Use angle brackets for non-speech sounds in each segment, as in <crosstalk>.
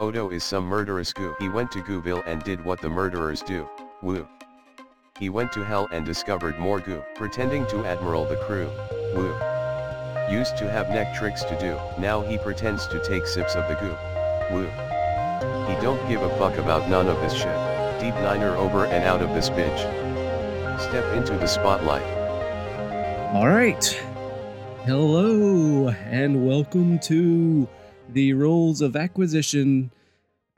Odo Oh is some murderous goo. He went to Gooville and did what the murderers do, woo. He went to hell and discovered more goo. Pretending to admiral the crew, woo. Used to have neck tricks to do, now he pretends to take sips of the goo, woo. He don't give a fuck about none of this shit. Deep niner over and out of this bitch. Step into the spotlight. All right. Hello, and welcome to the Rules of Acquisition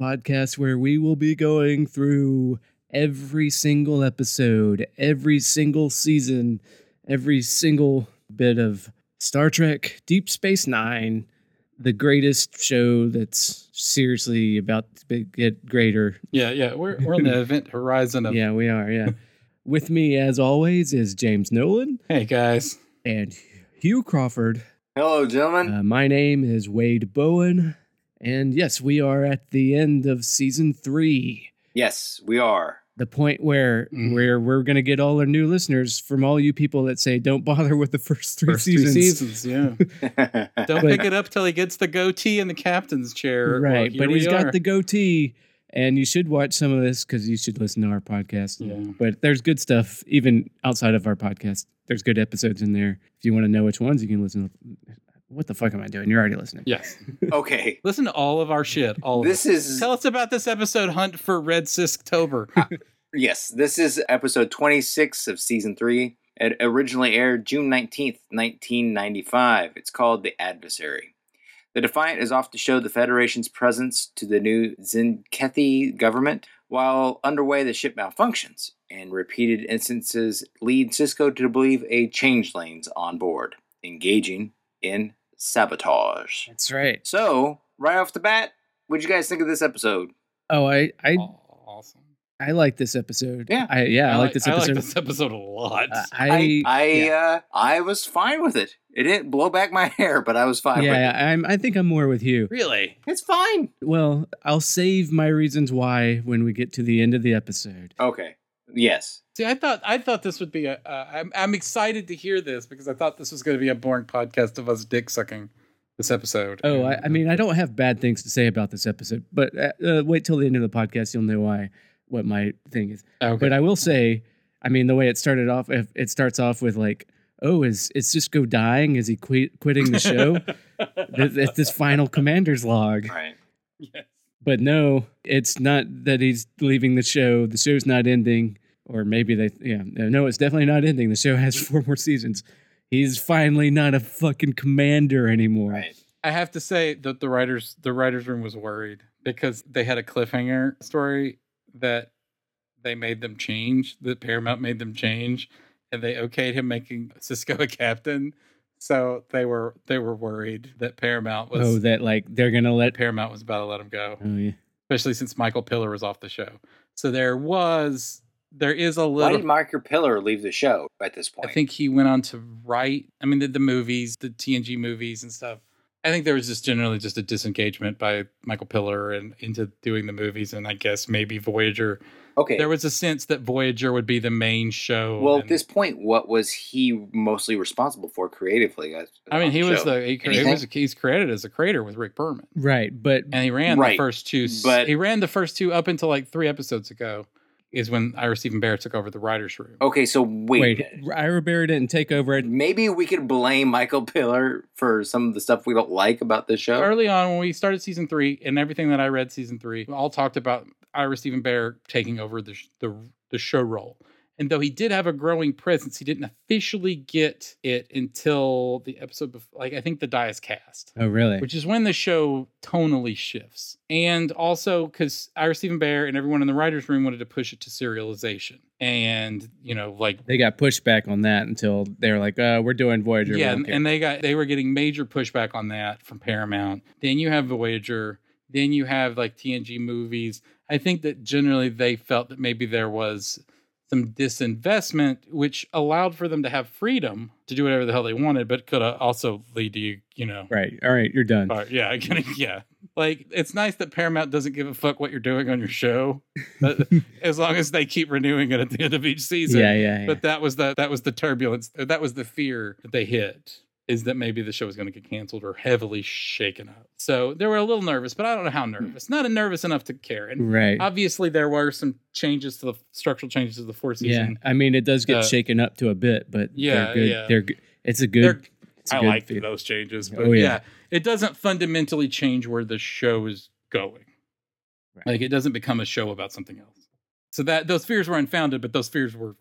podcast, where we will be going through every single episode, every single season, every single bit of Star Trek Deep Space Nine, the greatest show that's seriously about to get greater. Yeah, yeah. We're, <laughs> we're on the event horizon of, Yeah, we are. Yeah. With me, as always, is James Nolan hey guys, and Hugh Crawford. Hello, gentlemen. Uh, my name is Wade Bowen, and yes, we are at the end of season three, yes, we are. the point where Mhm. where we're gonna get all our new listeners from all you people that say don't bother with the <laughs> first three first seasons. two seasons. Yeah. <laughs> Don't But- pick it up till he gets the goatee in the captain's chair. right? Well, but here he's we got are. the goatee, and you should watch some of this because you should listen to our podcast. Yeah. But there's good stuff even outside of our podcast. There's good episodes in there. If you want to know which ones, you can listen. to. What the fuck am I doing? You're already listening. Yes. <laughs> okay. Listen to all of our shit. All of This it. is Oh. Tell us about this episode, Hunt for Red Sisktober. <laughs> yes, this is episode 26 of season 3. It originally aired June 19th, 1995. It's called The Adversary. The Defiant is off to show the Federation's presence to the new Zinkethi government. While underway, the ship malfunctions, and repeated instances lead Cisco to believe a changeling's on board, engaging in sabotage. That's right. So, right off the bat, what'd you guys think of this episode? Oh, I I awesome. I like this episode. Yeah. I, yeah, I, like this I like episode. this episode a lot. Uh, I I, I, yeah, uh, I was fine with it. It didn't blow back my <laughs> hair, but I was fine with yeah, I'm, I think I'm more with you. really? it. It's fine. Well, I'll save my reasons why when we get to the end of the episode. Okay. Yes. See, I thought I thought this would be a. Uh, I'm I'm excited to hear this because I thought this was going to be a boring podcast of us dick sucking this episode. Oh, I, I mean, I don't have bad things to say about this episode, but uh, uh, wait till the end of the podcast, you'll know why what my thing is. Okay. But I will say, I mean, the way it started off, if it starts off with like, oh, is is Cisco dying? Is he quit, quitting <laughs> the show? Th- it's this final commander's log. Right. Yes. But no, it's not that he's leaving the show. The show's not ending, or maybe they, yeah, no, it's definitely not ending. The show has <laughs> four more seasons. He's finally not a fucking commander anymore. Right. I have to say that the writers the writers room was worried because they had a cliffhanger story that they made them change that Paramount made them change and they okayed him making <laughs> Cisco a captain. So they were they were worried that Paramount was Oh, that like they're gonna let. Paramount was about to let him go, Oh yeah. especially since Michael Pillar was off the show. So there was there is a Why little did Mark Pillar leave the show at this point? I think he went on to write. I mean, the, the movies, the TNG movies and stuff. I think there was just generally just a disengagement by Michael Pillar and into doing the movies, and I guess maybe Voyager. Okay. There was a sense that Voyager would be the main show. well, at and- this point, what was he mostly responsible for creatively? as- I mean, on he the was show? the he, cre- he Anything? was he's credited as a creator with Rick Berman, Right, but and he ran Right, the first two. s- but- he ran the first two up until like three episodes ago, is when Ira Stephen Barrett took over the writers' room. Okay, so wait. wait, a minute. Ira Barrett didn't take over it. Maybe we could blame Michael Pillar for some of the stuff we don't like about the show. early on when we started season three and everything that I read season three, we all talked about Ira Stephen Bear taking over the, sh- the the show role. And though he did have a growing presence, he didn't officially get it until the episode before, like I think the die is cast Oh really? which is when the show tonally shifts. And also because Ira Stephen Bear and everyone in the writers' room wanted to push it to serialization, and you know, like they got pushed back on that until they were like, uh, "We're doing Voyager." we yeah, don't and, care. and they got they were getting major pushback on that from Paramount. Then you have Voyager. Then you have like TNG movies. I think that generally they felt that maybe there was some disinvestment, which allowed for them to have freedom to do whatever the hell they wanted, but could uh, also lead to you, you know, right. All right, you're done. Alright, yeah, <laughs> I get it, yeah. Like it's nice that Paramount doesn't give a fuck what you're doing on your show, but as long as they keep renewing it at the end of each season. yeah, yeah, yeah. uh, But that was the that was the turbulence. That was the fear that they hit is that maybe the show was going to get canceled or heavily shaken up. So they were a little nervous, but I don't know how nervous. Not nervous enough to care. And Hmm. Right. obviously, there were some changes to the structural changes to the four yeah. season. I mean, it does get Uh, shaken up to a bit, but yeah, they're good. yeah. They're good. It's a They're- good. It's a I good liked feel. those changes, but Oh, yeah. yeah. it doesn't fundamentally change where the show is going. Right. Like it doesn't become a show about something else. So that those fears were unfounded, but those fears were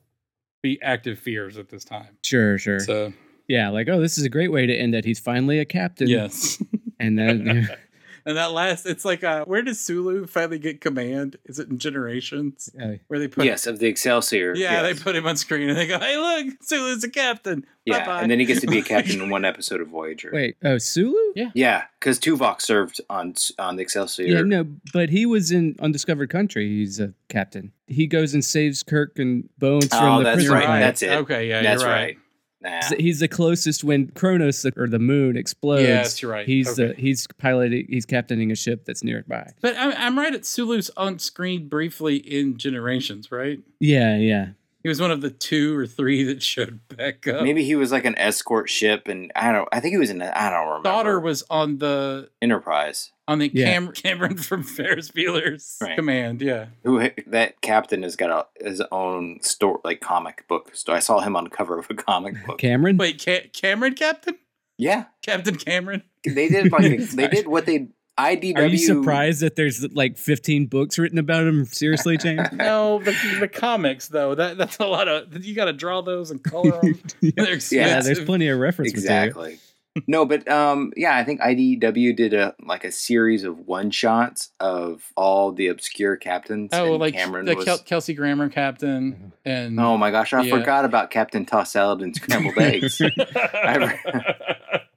be active fears at this time. Sure, sure. So yeah, like oh, this is a great way to end it. He's finally a captain. yes. <laughs> and <laughs> then <laughs> And that last, it's like, uh, where does Sulu finally get command? Is it in Generations yeah, where they put? Yes, of the Excelsior. Yeah, yes. they put him on screen and they go, "Hey, look, Sulu's a captain." Yeah, Bye-bye. and then he gets to <laughs> be <laughs> a captain in one episode of Voyager. wait, oh Sulu. Yeah. Yeah, because Tuvok served on on the Excelsior. Yeah, no, but he was in Undiscovered Country. He's a captain. He goes and saves Kirk and Bones Oh, from the that's prison. right, riot. that's it. Okay, yeah, That's you're right. right. Nah. He's the closest when Kronos or the moon explodes. Yes, you're right. He's the Okay. he's piloting. He's captaining a ship that's nearby. But I'm, I'm right at Sulu's on screen briefly in Generations, right? Yeah, yeah. He was one of the two or three that showed back up. Maybe he was like an escort ship, and I don't. I think he was in. I don't remember. daughter was on the Enterprise. on the Yeah. Cam- Cameron from Ferris Bueller's Right. command. Yeah, Who that captain has got a, his own store, like comic book store. I saw him on the cover of a comic book. Cameron. wait, Ca- Cameron Captain, Yeah, Captain Cameron. they did like <laughs> a- they did what they IDW. Are you surprised that there's like 15 books written about him? Seriously, <laughs> James? <laughs> No, the, the comics though. That that's a lot of you got to draw those and color them. <laughs> <laughs> yeah, They're there's expensive. plenty of reference material. Exactly. no, but um, yeah, I think IDW did a like a series of one shots of all the obscure captains. Oh, and like Cameron the was. Kel- Kelsey Grammer Mm-hmm. captain and <laughs> Oh my gosh, I Yeah. forgot about Captain Toss Salad <laughs> and Scrambled Eggs.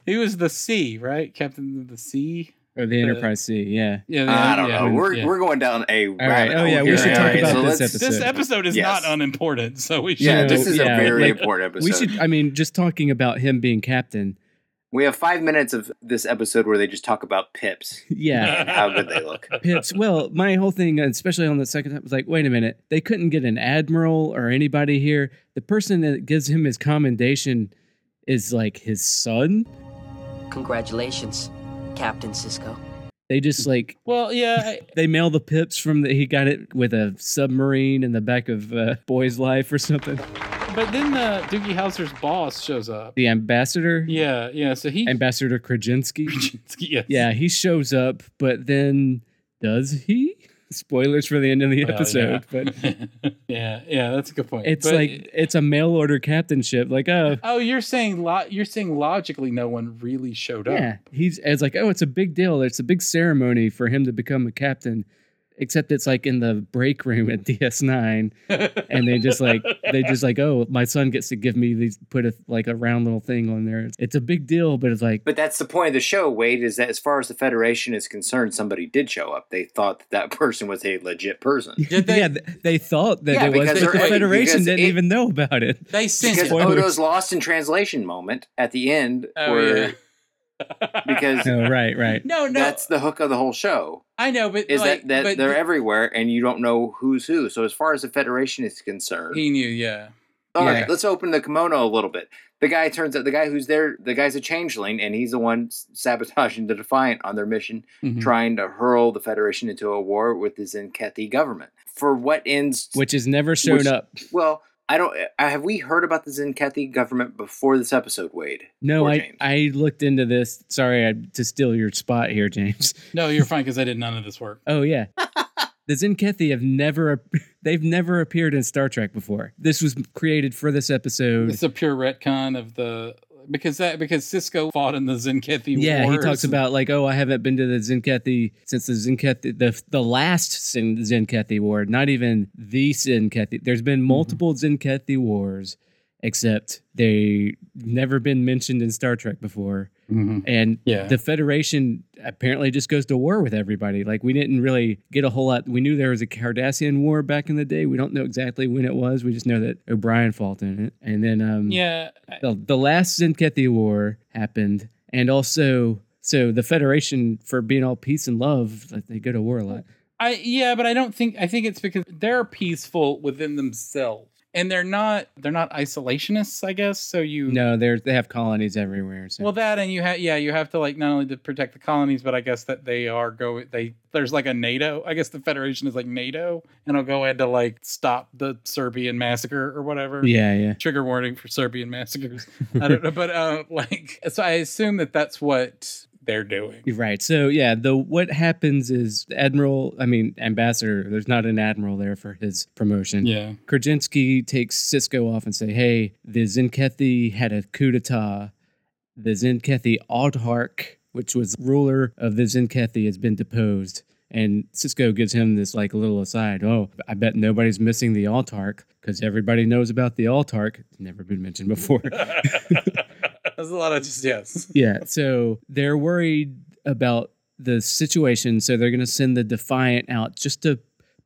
he was the C, right? Captain of the C. Or the Enterprise C, yeah. Yeah, the- I don't yeah, know. We're, yeah. we're going down a right. rabbit Oh, hole yeah, we here. should talk Alright, about let's- this episode. this episode is Yes. not unimportant, so we should. Yeah, So, this is yeah, a very like, important episode. We should, I mean, just talking about him being captain. <laughs> We have five minutes of this episode where they just talk about pips <laughs> Yeah. and how good they look. Pips. Well, my whole thing, especially on the second time, was like, wait a minute. They couldn't get an admiral or anybody here. The person that gives him his commendation is like his son. Congratulations, Captain Cisco. They just like, Well, yeah, I- they mail the pips from the, he got it with a submarine in the back of uh, Boy's Life or something. but then the Doogie Hauser's boss shows up. The ambassador. Yeah, yeah. So he. <laughs> Oh, Ambassador Krasinski. yes. Yeah, he shows up, but then does he? Spoilers for the end of the Well, Oh, yeah. episode, but <laughs> yeah, yeah, that's a good point. it's But- like it's a mail order captainship. Like, oh, oh, you're saying lo- you're saying logically, no one really showed up. yeah, he's it's like, oh, it's a big deal. It's a big ceremony for him to become a captain. Except it's like in the break room at DS9, and they just like they just like, oh, my son gets to give me these, put a like a round little thing on there. It's a big deal, but it's like, But that's the point of the show, Wade, is that as far as the Federation is concerned, somebody did show up. They thought that <laughs> that person was a legit person. Did they? yeah, th- they thought that Yeah, it was, because but they're- the Federation because didn't it- even know about it. <laughs> They sent Because it. Spoilers. Odo's lost in translation moment at the end, Oh, where, <laughs> yeah. because No, Oh, right, right. No, no, that's the hook of the whole show. I know, but is like, that, that but they're everywhere and you don't know who's who. So as far as the Federation is concerned, he knew, yeah. all right, yeah. let's open the kimono a little bit. The guy turns out the guy who's there, the guy's a changeling, and he's the one s- sabotaging the Defiant on their mission, Hmm. Mm-hmm. trying to hurl the Federation into a war with the Zenkethi government. For what ends? Which has never shown Which- up. well, I don't. eh, I, have we heard about the Zenkethi government before this episode, Wade? No, or I, James? I looked into this. Sorry I, to steal your spot here, James. No, you're fine because I did none of this work. Oh <laughs> yeah, the Zenkethi have never <laughs> they've never appeared in Star Trek before. This was created for this episode. It's a pure retcon of the because that because Cisco fought in the Zenkethi Yeah, Wars. he talks about like, oh, I haven't been to the Zenkethi since the Zenkethi the the last Zen- Zenkethi war. Not even the Zenkethi. There's been Mm-hmm. multiple Zenkethi wars, except they never been mentioned in Star Trek before. Mhm. and Yeah. the Federation apparently just goes to war with everybody. Like we didn't really get a whole lot. We knew there was a Cardassian war back in the day. We don't know exactly when it was. We just know that O'Brien fought in it, and then um, yeah. I- the, the last Zenkethi war happened, and also so the Federation for being all peace and love, like, they go to war a lot. I yeah, but I don't think I think it's because they're peaceful within themselves. and they're not they're not isolationists, I guess. So you No, they're they have colonies everywhere. So. well that and you have yeah you have to like not only to protect the colonies, but I guess that they are go they there's like a NATO. I guess the Federation is like NATO, and I'll go ahead to like stop the Serbian massacre or whatever. yeah, yeah. Trigger warning for <laughs> Serbian massacres. I don't know, but uh, like so I assume that that's what they're doing. You're Right. So yeah, the what happens is Admiral, I mean Ambassador. There's not an admiral there for his promotion. <laughs> <laughs> Yeah. Krasinski takes Cisco off and say, "Hey, the Zinkethi had a coup d'état. The Zinkethi Audhark, which was ruler of the Zinkethi, has been deposed." And Cisco gives him this like little aside. Oh, I bet nobody's missing the Autark because everybody knows about the Autark. It's never been mentioned before. There's a lot of just <laughs> yes. yeah. So they're worried about the situation. So they're going to send the Defiant out just to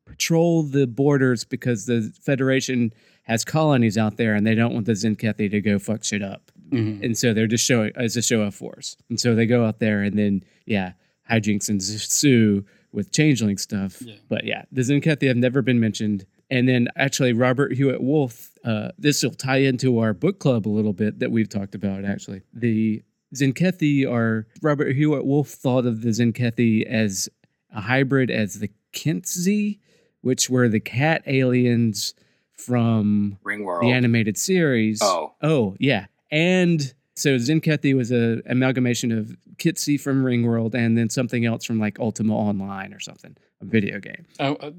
patrol the borders because the Federation has colonies out there and they don't want the Zenkethi to go fuck shit up. Mm-hmm. And so they're just showing as a show of force. And so they go out there and then, yeah, hijinks ensue with changeling stuff. Yeah. But yeah, the Zenkethi have never been mentioned. And then actually, Robert Hewitt Wolf, uh, this will tie into our book club a little bit that we've talked about actually. The Zenkethi are, Robert Hewitt Wolf thought of the Zenkethi as a hybrid as the Kintzi, which were the cat aliens from Ringworld. the animated series. Oh. Oh, yeah. And so Zenkethi was a amalgamation of Kitsy from Ringworld and then something else from like Ultima Online or something, a video game. <laughs> Oh, uh,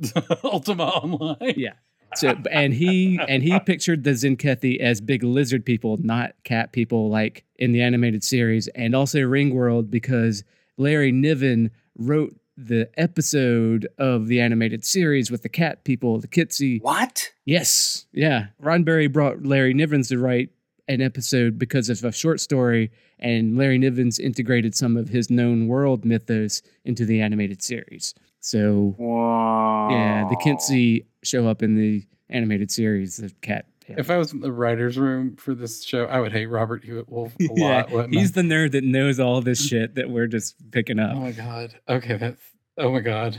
<laughs> Ultima Online. Yeah. So and he and he pictured the Zenkethi as big lizard people, not cat people like in the animated series and also Ringworld because Larry Niven wrote the episode of the animated series with the cat people, the Kitsy. What? Yes. Yeah. Ronberry brought Larry Nivens to write an episode because of a short story, and Larry Nivens integrated some of his known world mythos into the animated series. So, Wow. yeah, the Kintzy show up in the animated series, the cat. If I was in the writer's room for this show, I would hate Robert Hewitt Wolf <laughs> a lot. wouldn't I? he's the nerd that knows all this shit that we're just picking oh <laughs> up. my god. Okay, that's oh my god.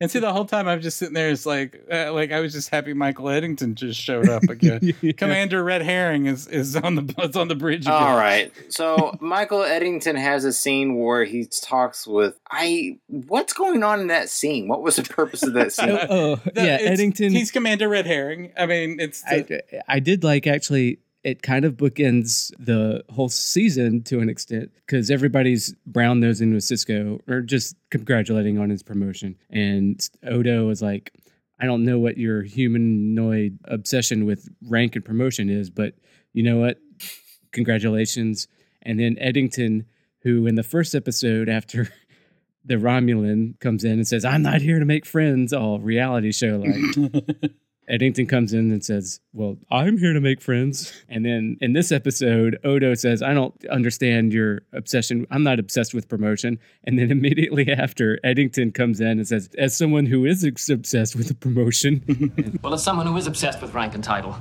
And see, the whole time I'm just sitting there, it's like, uh, like I was just happy Michael Eddington just showed <laughs> up again. <laughs> Commander Red Herring is is on the <laughs> is on the bridge. Again. All right. <laughs> So Michael Eddington has a scene where he talks with I. What's going on in that scene? What was the purpose of that scene? Oh, oh, The- yeah, it's- Eddington. He's Commander Red Herring. I mean, it's I, I did like actually it kind of bookends the whole season to an extent because everybody's brown nosing with Cisco or just congratulating on his promotion. And Odo is like, I don't know what your humanoid obsession with rank and promotion is, but you know what? Congratulations. And then Eddington, who in the first episode after <laughs> the Romulan comes in and says, I'm not here to make friends, all reality show like. Eddington comes in and says, Well, I'm here to make friends. And then in this episode, Odo says, I don't understand your obsession. I'm not obsessed with promotion. And then immediately <laughs> after, Eddington comes in and says, As someone who is ex- obsessed with the promotion. Well, as someone who is obsessed with rank and title,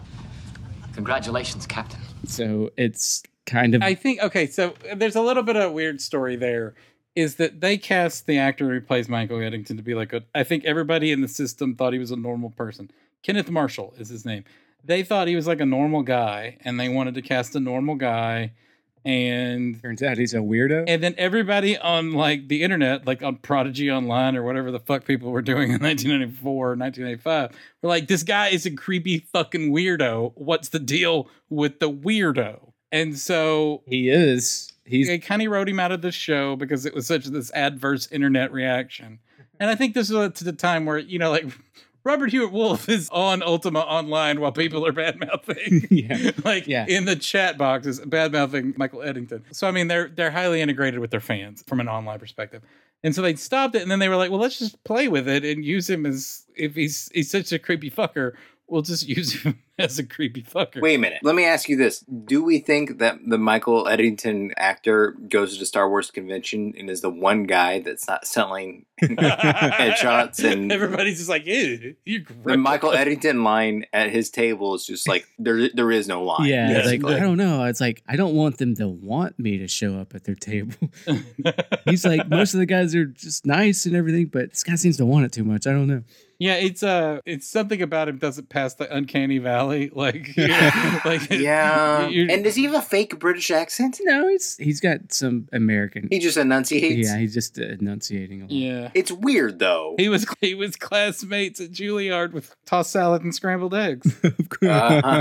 congratulations, Captain. so it's kind of. I think okay, so there's a little bit of a weird story there. Is that they cast the actor who plays Michael Eddington to be like a? I think everybody in the system thought he was a normal person. Kenneth Marshall is his name. They thought he was like a normal guy, and they wanted to cast a normal guy, and turns out he's a weirdo. and then everybody on like the internet, like on Prodigy Online or whatever the fuck people were doing in <laughs> 1994 or 1985, were like, this guy is a creepy fucking weirdo. What's the deal with the weirdo? And so he is. He's. they kind of wrote him out of the show because it was such this adverse internet reaction. And I think this was to the time where, you know, like <laughs> Robert Hewitt Wolf is on Ultima Online while people are bad mouthing. <laughs> Yeah. <laughs> like Yeah. in the chat boxes, bad mouthing Michael Eddington. So I mean they're they're highly integrated with their fans from an online perspective. And so they stopped it and then they were like, well, let's just play with it and use him as if he's he's such a creepy fucker, we'll just <laughs> use him as a creepy fucker. <laughs> Wait a minute. Let me ask you this: Do we think that the Michael Eddington actor goes to the Star Wars convention and is the one guy that's not <laughs> selling headshots and everybody's just like, ew, you're the gross." Michael Eddington line at his table is just like there. There is no line. yeah, Yeah, like basically. I don't know. It's like I don't want them to want me to show up at their table. <laughs> He's like most of the guys are just nice and everything, but <laughs> this guy seems to want it too much. I don't know. yeah, it's uh, it's something about him doesn't pass the uncanny alley. <laughs> Like, yeah, <laughs> like <laughs> <laughs> Yeah. you- and does he have a fake British accent? No, he's he's got some American. He just enunciates. yeah, he's just enunciating a lot. yeah. It's weird though. <laughs> He <laughs> was he was classmates at Juilliard with tossed salad and scrambled eggs, Of course.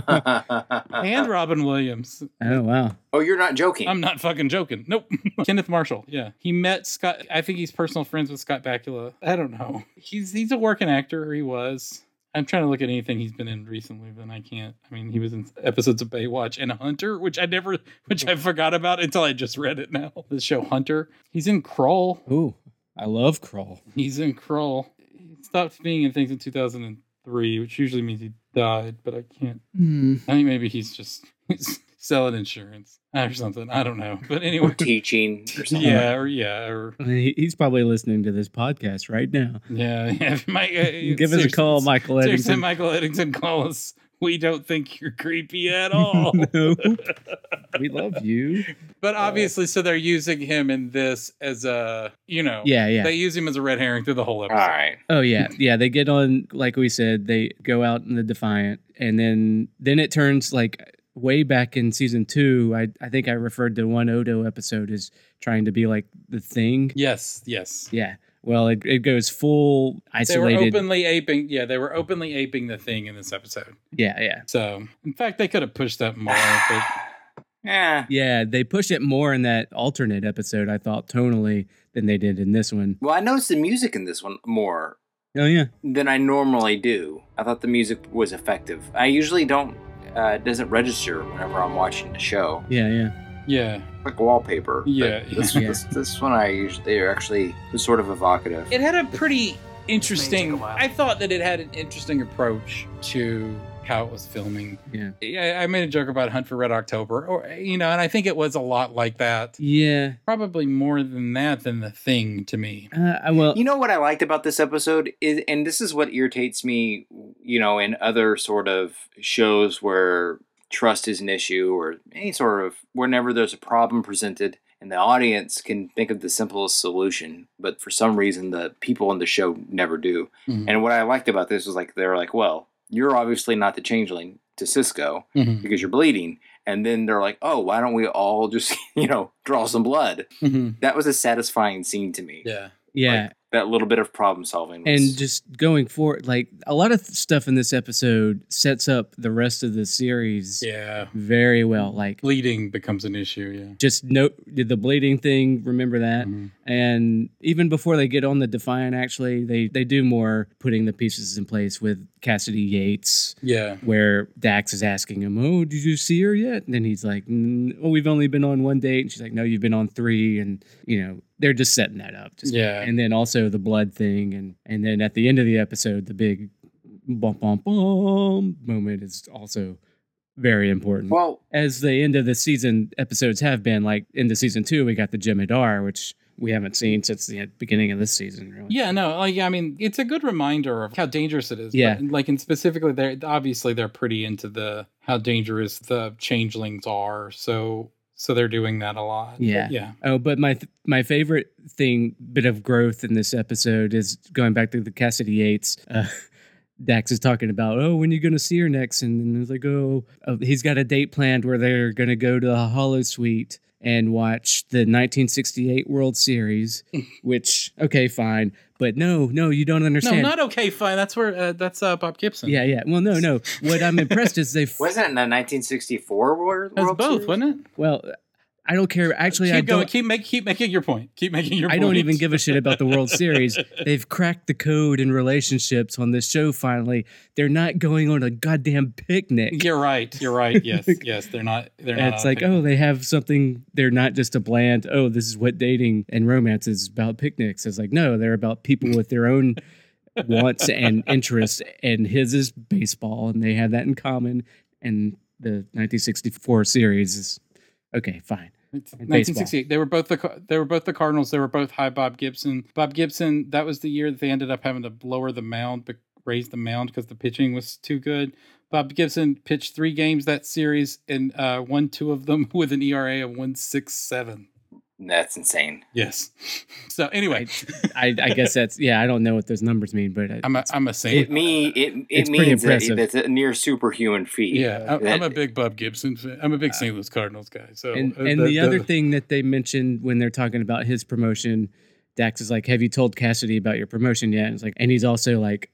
<laughs> and Robin Williams. oh wow. oh, you're not joking. I'm not fucking joking. Nope. <laughs> Kenneth Marshall. Yeah, he met Scott. I think he's personal friends with Scott Bakula. I don't know. He's he's a working actor. or He was. I'm trying to look at anything he's been in recently, but I can't. I mean, he was in episodes of Baywatch and Hunter, which I never, which I forgot about until I just read it now. The show Hunter. He's in Crawl. Ooh, I love Kroll. He's in Crawl. He stopped being in things in 2003, which usually means he died, but I can't. I think maybe he's just <laughs> selling insurance or something. I don't know. But anyway. <laughs> Teaching or something. Yeah, or yeah, or He- He's probably listening to this podcast right now. yeah. <laughs> yeah. Mike, uh, Give us a seriously- call, Michael Seriously, Eddington. Michael Eddington, call us. We don't think you're creepy <laughs> at all. <laughs> Nope. we love you. But obviously, so they're using him in this as a, you know, Yeah, yeah. They use him as a red herring through the whole All episode. right. Oh yeah, yeah. They get on, like we said, they go out in the Defiant, and then then it turns like way back in season two. I I think I referred to one Odo episode as trying to be like the thing. Yes, yes. Yeah. Well, it, it goes full They were isolated. openly aping. Yeah, they were openly aping the thing in this episode. Yeah, yeah, So, in fact, they could have pushed that more. But <sighs> Yeah. yeah. They push it more in that alternate episode. I thought tonally than they did in this one. Well, I noticed the music in this one more Oh yeah. than I normally do. I thought the music was effective. I usually don't. Uh, it doesn't register whenever I'm watching the show, Yeah, yeah. yeah, like wallpaper. but Yeah, This, yeah. this this one I usually they actually was sort of evocative. it had a pretty May interesting. take a while. I thought that it had an interesting approach to how it was filming. Yeah. I I made a joke about Hunt for Red October, or you know, and I think it was a lot like that. Yeah. Probably more than that than the thing to me. Uh, I- well, You know what I liked about this episode is, and this is what irritates me, you know, in other sort of shows where trust is an issue or any sort of whenever there's a problem presented and the audience can think of the simplest solution, but for some reason the people in the show never do. Mhm. And what I liked about this was like they were like, well, you're obviously not the changeling to Cisco Mhm. because you're bleeding. And then they're like, oh, why don't we all just, <laughs> you know, draw some blood? Mhm. That was a satisfying scene to me Yeah, yeah. that little bit of problem solving was, and just going forward, like a lot of th- stuff in this episode sets up the rest of the series yeah. very well. Like Bleeding becomes an issue. just note the bleeding thing. Remember Yeah. that. Mhm. And even before they get on the Defiant, actually, they they do more putting the pieces in place with Cassidy Yates, Yeah. where Dax is asking him, "Oh, did you see her yet?" And then he's like, "Mm, "Oh, we've only been on one date," and she's like, "No, you've been on three. And you know, they're just setting that up. Just Yeah. and then also the blood thing and and then at the end of the episode the big bum bum bum moment is also very important well as the end of the season episodes have been like into season two we got the jem'hadar which we haven't seen since the beginning of this season really Yeah, no, like I mean, it's a good reminder of how dangerous it is. Yeah. but, like and specifically, they're obviously they're pretty into the how dangerous the changelings are. So, so they're doing that a lot. Yeah. yeah, Oh, but my th- my favorite thing, bit of growth in this episode is going back to the Cassidy Yates. Uh, <laughs> Dax is talking about, oh, when you going to see her next? And, then it's like, oh, uh, he's got a date planned where they're going to go to the Hollow Suite and watch the 1968 World <laughs> Series, which, okay, fine. But no, no, you don't no, understand. not okay, fine. That's where uh, that's uh, Bob Gibson. yeah, yeah. Well, no, no. What I'm impressed is <laughs> they, f- wasn't it in the 1964 world, That's world both, Series? wasn't it? well, I don't care. Actually, keep I going. don't. Keep make keep making your point. Keep making your. I point. don't even give a shit about the World Series. They've cracked the code in relationships on this show finally. They're not going on a goddamn picnic. <laughs> You're right. You're right. <laughs> Yes, yes. They're not. They're And not. it's on a like, Ah, picnic. oh, they have something. They're not just a bland, oh, this is what dating and romance is about picnics. It's like, no, they're about people with their <laughs> own wants and interests. And his is baseball, and they have that in common. And the 1964 series is okay, fine. It's And 1968. They were both the Ca- they were both the Cardinals. They were both high Bob Gibson. Bob Gibson. That was the year that they ended up having to lower the mound, but raise the mound because the pitching was too good. Bob Gibson pitched <laughs> E three games that series and uh, won two of them with an ERA of one six seven. That's insane. Yes. <laughs> So anyway, I, I guess that's yeah. I don't know what those numbers mean, but uh, I, <laughs> I'm a, I'm a saint. It me it it It's pretty means that impressive. that's a near superhuman feat. yeah, I'm, I'm a That- big Bob Gibson fan. I'm a big St. Louis Cardinals guy. So Uh, and uh, and the, other thing that they mentioned when they're talking about his promotion, Dax is like, "Have you told Cassidy about your promotion yet?" And it's like, and he's also like,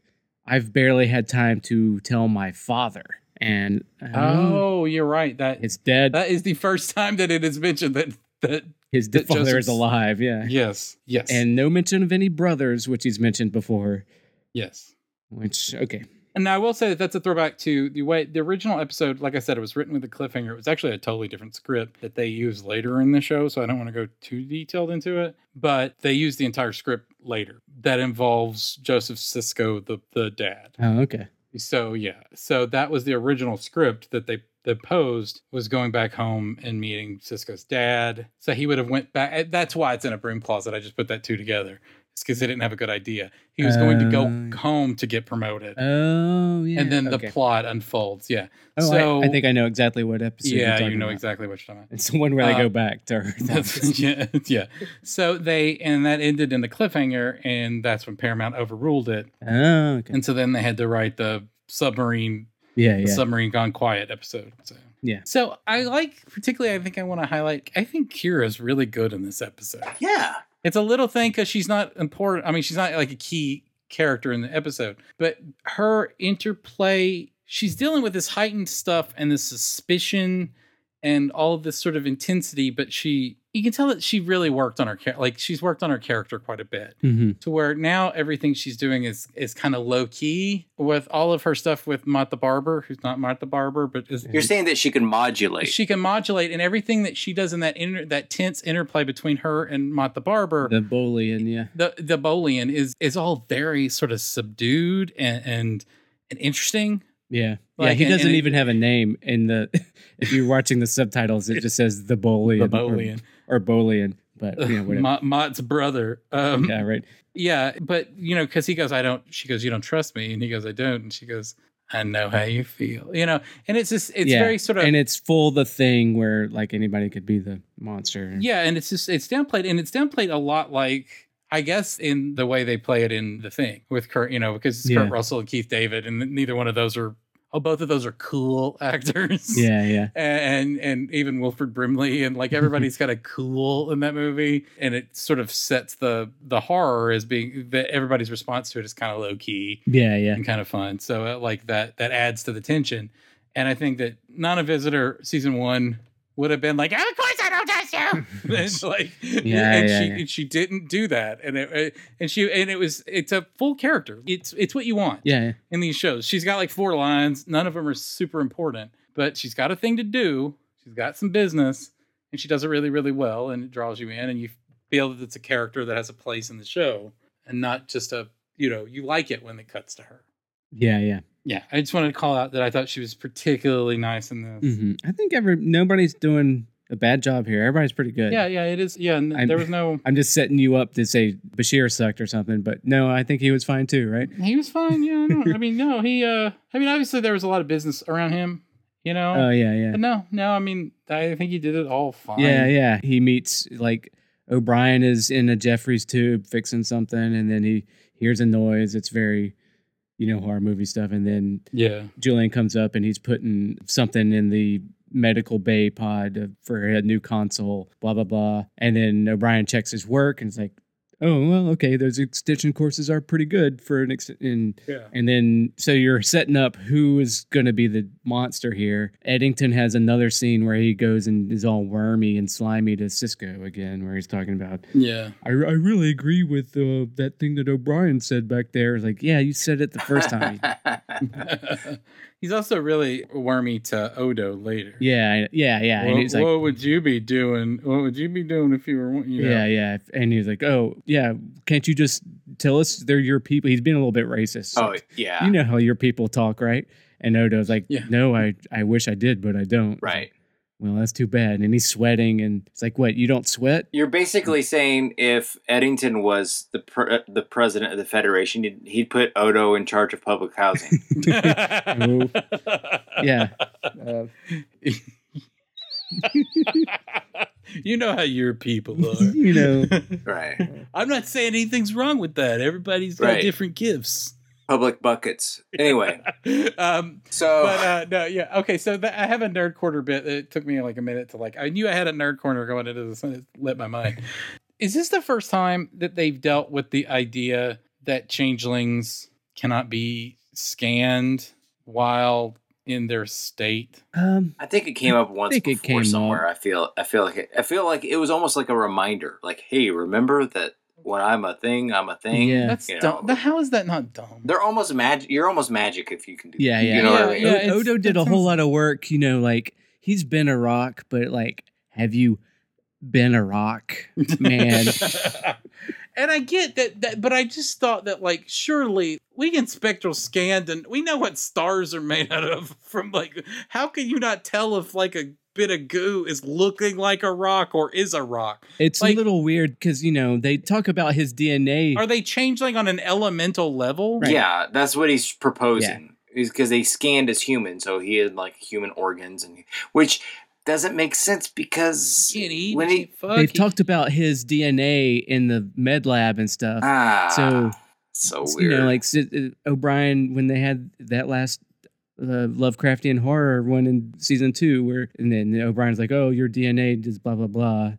"I've barely had time to tell my father." And oh, <laughs> Oh, you're right. That his dad, that is the first time that it is mentioned that that <laughs> his that father Joseph's- is alive. Yeah. yes, yes, and no mention of any brothers, which he's mentioned before. yes. Which okay, And I will say that that's a throwback to the way the original episode, like I said, it was written with a cliffhanger. It was actually a totally different script that they used later in the show. So I don't want to go too detailed into it, but they used the entire script later that involves Joseph Cisco, the, the dad. oh okay, So yeah, so that was the original script that they that posed was going back home and meeting Cisco's dad. So he would have went back. eh, That's why it's in a broom closet. I just put that two together. It's because they didn't have a good idea. He was going to Uh, go home to get promoted oh yeah, and then okay. the plot unfolds. Yeah. Oh, I- so I, think I know exactly what episode. you're yeah, you talking know about. exactly <laughs> what you're talking about. It's the one where they Uh, go back to her. <laughs> That's- yeah, yeah. So they and that ended in the cliffhanger, and that's when Paramount overruled it, oh, okay. <laughs> and so then they had to write the submarine, yeah, the yeah. submarine gone quiet episode. So. Yeah. So I like particularly. I think I want to highlight. I think Kira's really good in this episode. Yeah. It's a little thing because she's not important. I mean, she's not like a key character in the episode, but her interplay, she's dealing with this heightened stuff and this suspicion and all of this sort of intensity, but she, you can tell that she really worked on her character. Like she's worked on her character quite a bit hmm to where now everything she's doing is is kind of low key with all of her stuff with Mott the Barber, who's not Mott the Barber, but is You're saying that she can modulate. she can modulate and everything that she does in that inter- that tense interplay between her and Mott the Barber The Bolian, yeah. the the Bolian is is all very sort of subdued and and, and interesting. Yeah. yeah, Like, he and- doesn't and it- even have a name in the <laughs> if you're watching the subtitles, it just says the Bolian. The or- Bolian, Or, Bolian. But you know, <laughs> whatever. Mott, Mott's brother. Um, yeah, yeah. right. but you know, because he goes, I don't. She goes, you don't trust me, and he goes, I don't, and she goes, I know how you feel. You know, and it's just it's Yeah, very sort of and it's full the thing where like anybody could be the monster. yeah, and it's just it's downplayed, and it's downplayed a lot like. I guess in the way they play it in the thing with Kurt, you know, because it's Yeah. Kurt Russell and Keith David, and neither one of those are, oh, both of those are cool <laughs> actors. Yeah, yeah. and and even Wilfred Brimley and <laughs> like everybody's kind of cool in that movie, and it sort of sets the the horror as being that everybody's response to it is kind of low key Yeah, yeah. and kind of fun. So uh, like that that adds to the tension, and I think that not a visitor season one would have been like, of course I don't <laughs> trust you, <laughs> and like Yeah, and yeah, she yeah. and she didn't do that, and it, uh, and she and it was it's a full character. It's it's what you want Yeah, yeah. in these shows. She's got like four lines. None of them are super important, but she's got a thing to do. She's got some business, and she does it really, really well. And it draws you in, and you feel that it's a character that has a place in the show, and not just a you know you like it when it cuts to her. Yeah, yeah. Yeah, I just wanted to call out that I thought she was particularly nice in this. hmm I think every nobody's doing a bad job here. Everybody's pretty good. Yeah, yeah, it is. Yeah, and I'm- there was no. I'm just setting you up to say Bashir sucked or something, but no, I think he was fine too, right? <laughs> He was fine. Yeah, I, don't, I mean, no, he. uh I mean, obviously there was a lot of business around him. You know. Oh yeah, yeah. But no, no, I mean, I think he did it all fine. Yeah, yeah. He meets like O'Brien is in a Jeffrey's tube fixing something, and then he hears a noise. It's very, you know, horror movie stuff. And then Yeah. Julian comes up and he's putting something in the medical bay pod for a new console. Blah blah blah. And then O'Brien checks his work and it's like, oh well, okay. Those extension courses are pretty good for an ext And Yeah. and then, so you're setting up who is going to be the monster here. Eddington has another scene where he goes and is all wormy and slimy to Cisco again, where he's talking about, Yeah. I, I really agree with uh, that thing that O'Brien said back there. It's like, yeah, you said it the first time. he's also really wormy to Odo later. yeah, I- yeah, yeah. What, and he's like, what would you be doing? What would you be doing if you were? You know? yeah, yeah. And he's like, oh, yeah, can't you just tell us they're your people? He's being a little bit racist. oh Like, yeah. You know how your people talk, right? And Odo's like, Yeah. no, I, I wish I did, but I don't. right. well, that's too bad. And he's sweating, and it's like, what? You don't sweat? You're basically saying if Eddington was the pre- uh, the president of the federation, he'd, he'd put Odo in charge of public <laughs> housing. No. yeah. yeah. <laughs> You know how your people <laughs> are. <laughs> you know, Right. I'm not saying anything's wrong with that. Everybody's got Right. different gifts. Public buckets. <laughs> Anyway, um, so but uh, no, yeah, okay. So that, I have a nerd corner bit. It took me like a minute to like. I knew I had a nerd corner going into this, and it lit my mind. Is this the first time that they've dealt with the idea that changelings cannot be scanned while in their state? um, I think it came up once think it before came somewhere. I feel I feel like it, I feel like it was almost like a reminder, like, hey, remember that when I'm a thing, I'm a thing. Yeah. That's You dumb. know. How is that not dumb? They're almost magic. You're almost magic if you can do. Yeah, yeah. You know Yeah, what I <laughs> mean? yeah. O- it's- Odo did that a whole sounds- lot of work. You know, like he's been a rock, but like, have you been a rock, <laughs> man? and I get that, that, but I just thought that, like, surely we can spectral scan and we know what stars are made out of. <laughs> From like, how can you not tell if like a bit of goo is looking like a rock or is a rock? It's Like- a little weird because you know they talk about his DNA. Are they changeling on an elemental level? Yeah, that's what he's proposing. Is because they scanned as human, so he had like human organs, and which doesn't make sense because Can't eat. when he can't fuck, They've he- talked about his DNA in the med lab and stuff. ah, so so s- weird. you know, like s- uh, O'Brien when they had that last uh, Lovecraftian horror one in season two, where and then O'Brien's like, "Oh, your DNA does blah blah blah," and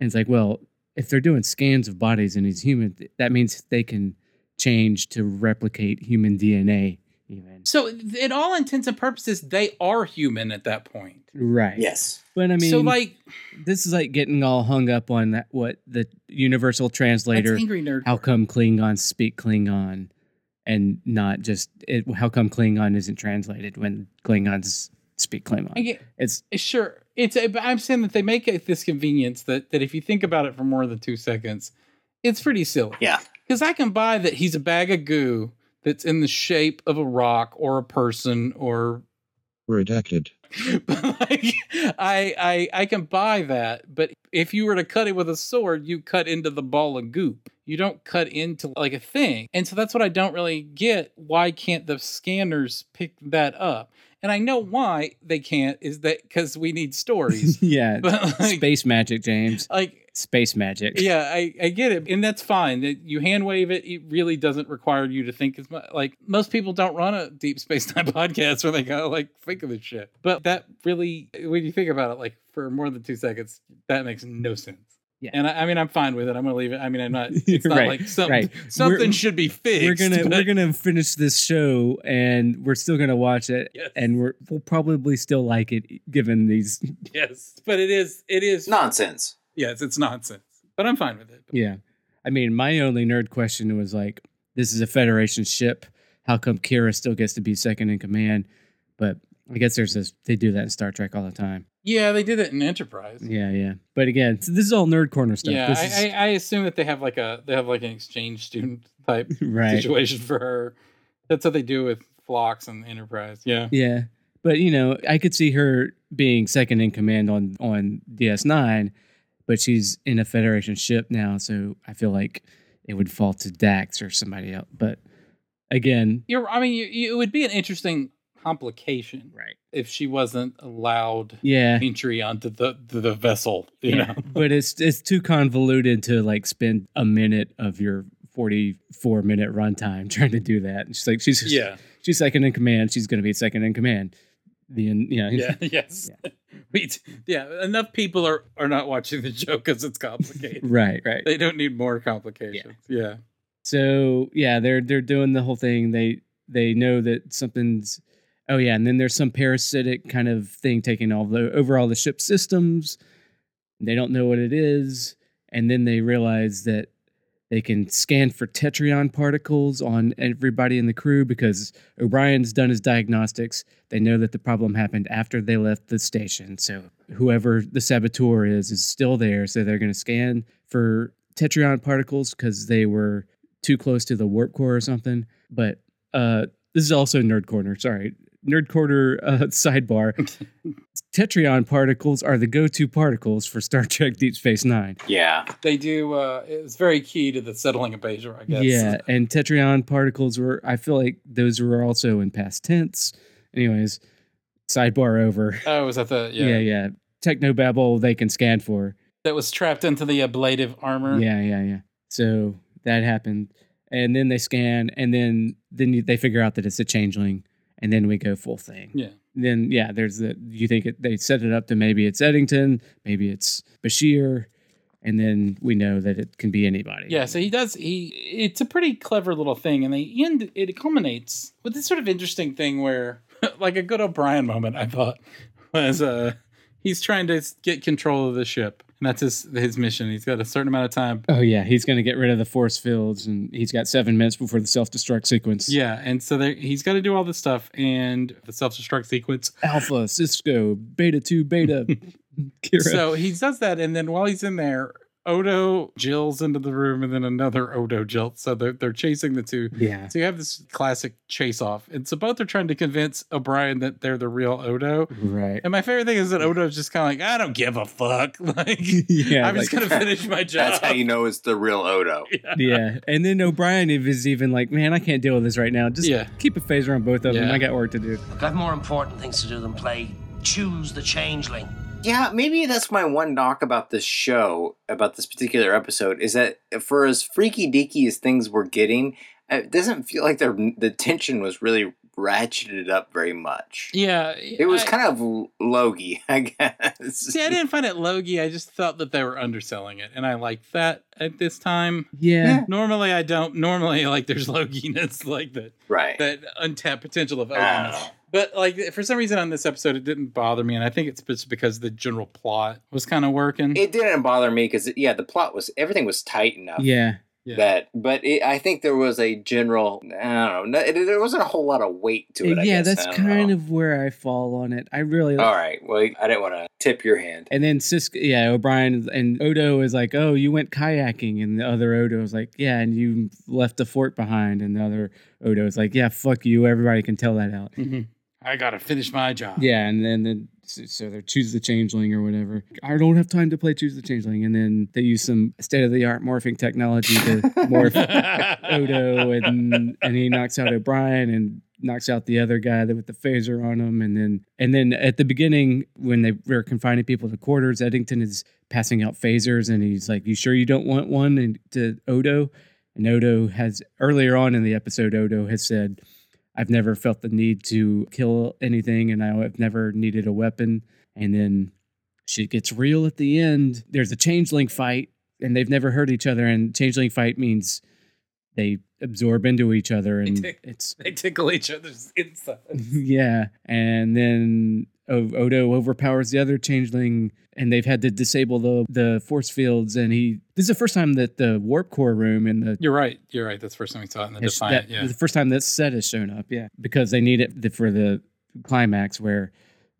it's like, well, if they're doing scans of bodies and he's human, th- that means they can change to replicate human DNA, even. so, in all intents and purposes, they are human at that point. Right. yes, But I mean, so, like, this is like getting all hung up on that what the universal that's translator angry nerd. how come klingons speak klingon and not just it, how come klingon isn't translated when klingons speak I klingon get, it's Sure, it's. a- But I'm saying that they make it this convenience that that if you think about it for more than two seconds, it's pretty silly. Yeah. because I can buy that he's a bag of goo that's in the shape of a rock or a person or. <laughs> Redacted. But like, I I I can buy that. But if you were to cut it with a sword, you cut into the ball of goop. You don't cut into like a thing. And so that's what I don't really get. Why can't the scanners pick that up? And I know why they can't is that because we need stories yeah but like, space magic james like space magic yeah I, I get it and that's fine that you hand wave it it really doesn't require you to think as much like most people don't run a deep space time <laughs> podcast where they gotta like think of this shit but that really when you think about it like for more than two seconds that makes no sense Yeah. and I, I mean i'm fine with it i'm gonna leave it i mean <laughs> i'm not it's not Right, like something right. something We're- should be fixed we're gonna but- we're gonna finish this show and we're still gonna watch it Yes. and we're, we'll probably still like it given these yes but it is it is nonsense. yes it's nonsense but i'm fine with it Yeah. I mean, my only nerd question was like, this is a Federation ship. How come Kira still gets to be second in command? But I guess there's this, they do that in Star Trek all the time. yeah they did it in enterprise Yeah, yeah. But again, so this is all nerd corner stuff. Yeah, this I, is, <laughs> I, I assume that they have like a they have like an exchange student <laughs> type right. situation for her. That's what they do with flocks and Enterprise. Yeah, Yeah. But, you know, I could see her being second in command on, on DS9, but she's in a Federation ship now. So I feel like it would fall to Dax or somebody else. But again, you're. I mean, you, you, it would be an interesting complication right. if she wasn't allowed Yeah. entry onto the the, the vessel. You know. but it's it's too convoluted to like spend a minute of your 44 minute runtime <laughs> trying to do that. And she's like, she's <laughs> Yeah. she's second in command. She's going to be second in command. The end, you know, Yeah. <laughs> Yes. We t- yeah. Enough people are are not watching the show because it's <laughs> <laughs> complicated. right, right. they don't need more complications. yeah. So yeah, they're they're doing the whole thing. They they know that something's oh yeah, and then there's some parasitic kind of thing taking all the over all the ship systems. They don't know what it is, and then they realize that they can scan for tetrion particles on everybody in the crew because O'Brien's done his diagnostics. They know that the problem happened after they left the station. So whoever the saboteur is is still there. So they're going to scan for tetrion particles because they were too close to the warp core or something. But uh, this is also nerd corner. Sorry, nerd corner uh, <laughs> sidebar. Tetrion particles are the go-to particles for Star Trek Deep Space Nine. Yeah, They do. uh It's very key to the settling of Bajor, I guess. Yeah, and tetrion particles were. I feel like those were also in past tense. Anyways, sidebar over. <laughs> Oh, was that the Yeah, yeah. Technobabble they can scan for. that was trapped into the ablative armor. Yeah, yeah, yeah. So that happened, and then they scan, and then then you, they figure out that it's a changeling, and then we go full thing. Yeah. Then yeah, there's the you think it, they set it up to maybe it's Eddington, maybe it's Bashir, and then we know that it can be anybody. Yeah, so he does. He it's a pretty clever little thing, and they end. It culminates with this sort of interesting thing where, <laughs> like a good O'Brien moment, I thought was uh he's trying to get control of the ship, and that's his his mission. He's got a certain amount of time. Oh yeah, he's gonna get rid of the force fields, and he's got seven minutes before the self destruct sequence. Yeah, and so there, he's got to do all this stuff, and the self destruct sequence Alpha, Cisco, Beta Two, Beta. <laughs> Kira. So he does that, and then while he's in there, Odo jills into the room, and then another Odo jilts. So they're, they're chasing the two. yeah, So you have this classic chase off, and so both are trying to convince O'Brien that they're the real Odo. <laughs> right. And my favorite thing is that Odo's just kind of like, I don't give a fuck. <laughs> <laughs> Like, Yeah, I'm just like- gonna finish my job. That's <laughs> how you know it's the real Odo. <laughs> yeah. And then O'Brien is even like, man, I can't deal with this right now. Just Yeah. keep a phaser on both of them. Yeah. I got work to do. Look, I've more important things to do than play Choose the Changeling. Yeah, maybe that's my one knock about this show, about this particular episode, is that for as freaky deaky as things were getting, uh, it doesn't feel like the the tension was really ratcheted up very much. yeah, It was I- kind of l- logy, <laughs> I guess. See, I didn't find it logy. I just thought that they were underselling it, and I liked that at this time. Yeah. Normally, I don't. Normally, like there's loginess <laughs> like that. right. that untapped potential of I openness. But like for some reason on this episode, it didn't bother me, and I think it's just because the general plot was kind of working. It didn't bother me because yeah, the plot was everything was tight enough. Yeah. Yeah. That, but it, I think there was a general. I don't know. no- it- there wasn't a whole lot of weight to it. I Uh, yeah, guess. that's I don't kind know. of where I fall on it. I really All right. Well, I didn't want to tip your hand. And then Cisco, yeah, O'Brien and Odo is like, "Oh, you went kayaking," and the other Odo is like, "Yeah," and you left the fort behind, and the other Odo is like, "Yeah, fuck you, everybody can tell that out." Mhm. I gotta finish my job. Yeah, and then, then so so they choose the changeling or whatever. I don't have time to play choose the changeling, and then they use some state of the art morphing technology to morph <laughs> Odo, and and he knocks out O'Brien and knocks out the other guy that with the phaser on him, and then and then at the beginning when they were confining people to quarters, Eddington is passing out phasers, and he's like, "You sure you don't want one?" And to Odo, and Odo has earlier on in the episode, Odo has said. I've never felt the need to kill anything and I've never needed a weapon. And then shit gets real at the end. There's a changeling fight and they've never hurt each other. And changeling fight means they absorb into each other and They do. it's, They tickle each other's insides. yeah. And then O- Odo overpowers the other changeling and they've had to disable the, the force fields. And he, this is the first time that the warp core room and the You're right. You're right. That's the first time we saw it in the it's Defiant. that- yeah. The first time that set has shown up, yeah, because they need it th- for the climax where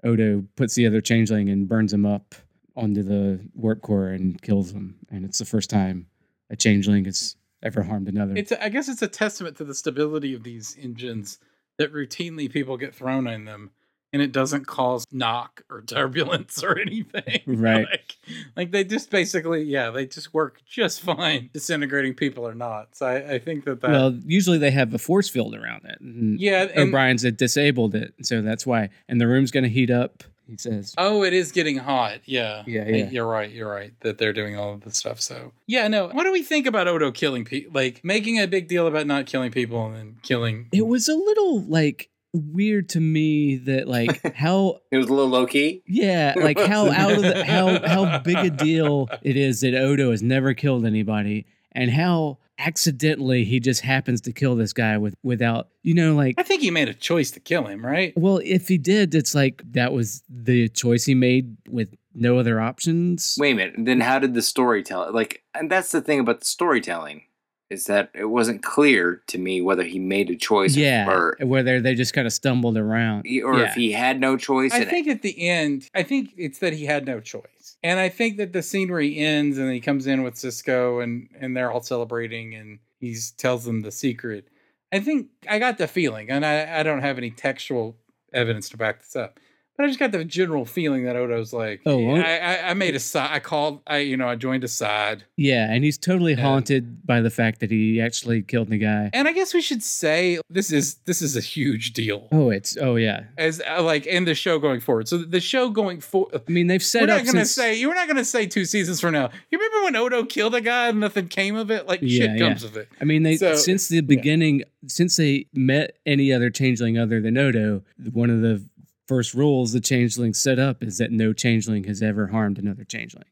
Odo puts the other changeling and burns him up onto the warp core and kills him, and it's the first time a changeling has ever harmed another. It's. A, I guess it's a testament to the stability of these engines that routinely people get thrown in them, and it doesn't cause knock or <laughs> turbulence or anything. <laughs> Right. Like, like they just basically, yeah, they just work just fine, disintegrating people or not. So I, I think that that. well, usually they have a force field around it. And yeah. Um, And, O'Brien's had disabled it, so that's why. And the room's going to heat up. He says, Oh, it is getting hot. Yeah. Yeah, Hey, yeah. You're right. You're right that they're doing all of this stuff. So, yeah, no. What do we think about Odo killing people? Like, making a big deal about not killing people and then killing. "It was a little like." Weird to me that like <laughs> how It was a little low key. Yeah, like how out of the, how <laughs> how big a deal it is that Odo has never killed anybody, and how accidentally he just happens to kill this guy with without you know like I think he made a choice to kill him, right? well if he did it's like that was the choice he made with no other options. Wait a minute. Then how did the story tell it? Like, and that's the thing about the storytelling is that it wasn't clear to me whether he made a choice yeah, or, whether they just kind of stumbled around. or yeah. if he had no choice. I and- think at the end, I think it's that he had no choice. And I think that the scene where he ends and he comes in with Cisco and and they're all celebrating and he tells them the secret. I think I got the feeling, and I, I don't have any textual evidence to back this up, But I just got the general feeling that Odo's like, Oh, well- I, I, I made a side. I called, I you know, I joined a side. Yeah, and he's totally Yeah. haunted by the fact that he actually killed the guy. And I guess we should say this is this is a huge deal Oh, it's oh yeah. as uh, like in the show going forward. So the show going forward. I mean, they've set We're up not gonna since- say you were not gonna say two seasons from now. You remember when Odo killed a guy and nothing came of it? Like Yeah, shit yeah. comes of it. I mean, they So- since the beginning, since they met any other changeling other than Odo, one of the first rules the changeling set up is that no changeling has ever harmed another changeling.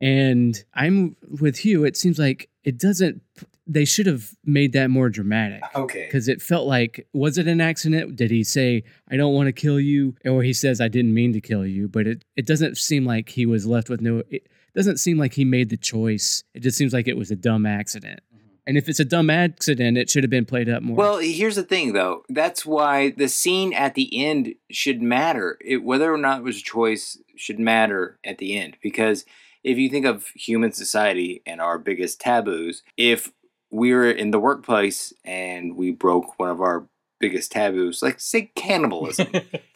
And I'm with you. It seems like it doesn't. They should have made that more dramatic. Okay. Because it felt like, was it an accident? Did he say, I don't want to kill you? Or he says, I didn't mean to kill you. But it, it doesn't seem like he was left with no, it doesn't seem like he made the choice. It just seems like it was a dumb accident. And if it's a dumb accident, it should have been played up more. Well, here's the thing, though. That's why the scene at the end should matter. It, whether or not it was a choice should matter at the end. Because if you think of human society and our biggest taboos, if we were in the workplace and we broke one of our biggest taboos, like say cannibalism,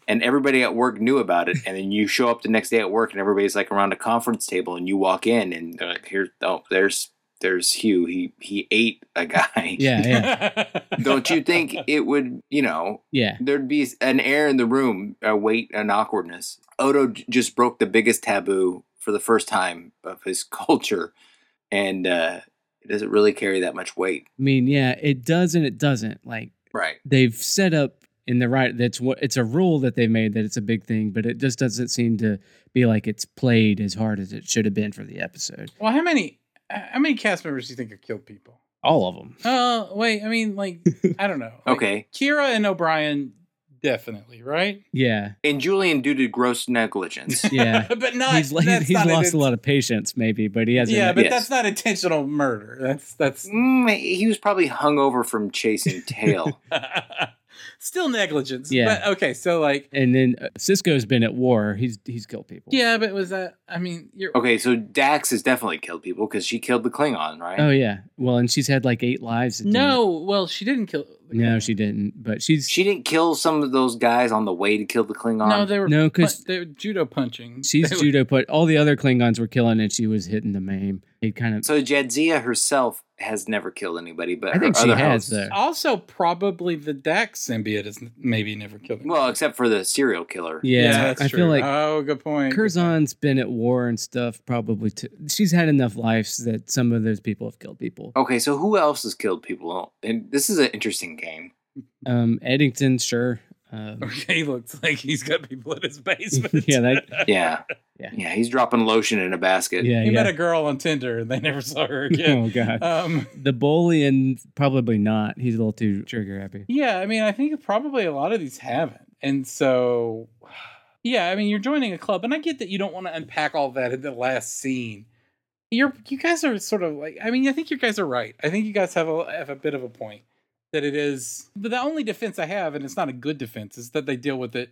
and everybody at work knew about it, and then you show up the next day at work and everybody's like around a conference table, and you walk in and they're like, "Here, oh, there's." There's Hugh. He he ate a guy <laughs> yeah, yeah, <laughs> don't you think it would you know yeah. there'd be an air in the room a weight an awkwardness odo j- just broke the biggest taboo for the first time of his <laughs> culture and uh it doesn't really carry that much weight I mean, yeah, it does and it doesn't. Like, right they've set up in the right that's what it's a rule that they've made that it's a big thing but it just doesn't seem to be like it's played as hard as it should have been for the episode <laughs> Well, how many how many cast members do you think have killed people? all of them Uh, wait. I mean, like, I don't know. Like, okay Kira and O'Brien, definitely, right? yeah and julian due to gross negligence yeah <laughs> but not. he's, like- that's he's not an lost int- a lot of patience maybe but he hasn't Yeah, but Yes. that's not intentional murder. That's that's <laughs> Mm, he was probably hungover <laughs> from chasing tail still negligence. Yeah. But okay, so like, and then uh, cisco's been at war he's he's killed people yeah, but was that? I mean, you're okay so dax has definitely killed people because she killed the klingon right oh yeah well and she's had like eight lives at the No, well, she didn't kill. end. no she didn't but she's she didn't kill some of those guys on the way to kill the klingon No, they were No, 'cause- pun- they were judo punching. she's <laughs> They were- judo but all the other klingons were killing and she was hitting them aim it kind of So Jadzia herself has never killed anybody, but I her think she other has, hosts- though. Also, probably the Dax symbiote is maybe never killed. Well, except for the serial killer. yeah, that's i true. feel like oh, good point. Curzon's been at war and stuff probably too. She's had enough lives that some of those people have killed people. Oh. Okay, so who else has killed people? And this is an interesting game. Um, Eddington, sure. Um, <laughs> Okay, he looks like he's got people in his basement. <laughs> Yeah, that- Yeah. <laughs> Yeah. Yeah, he's dropping lotion in a basket. yeah, <laughs> he met <laughs> a yeah. girl on Tinder and they never saw her <laughs> again. Oh god. um, the Bolian probably not. He's a little too trigger happy. yeah, I mean, I think probably a lot of these haven't, and so yeah, I mean, you're joining a club, and I get that you don't want to unpack all that in the last scene. You're you guys are sort of like, I mean, I think you guys are right. I think you guys have a have a bit of a point that it is. But the only defense I have, and it's not a good defense, is that they deal with it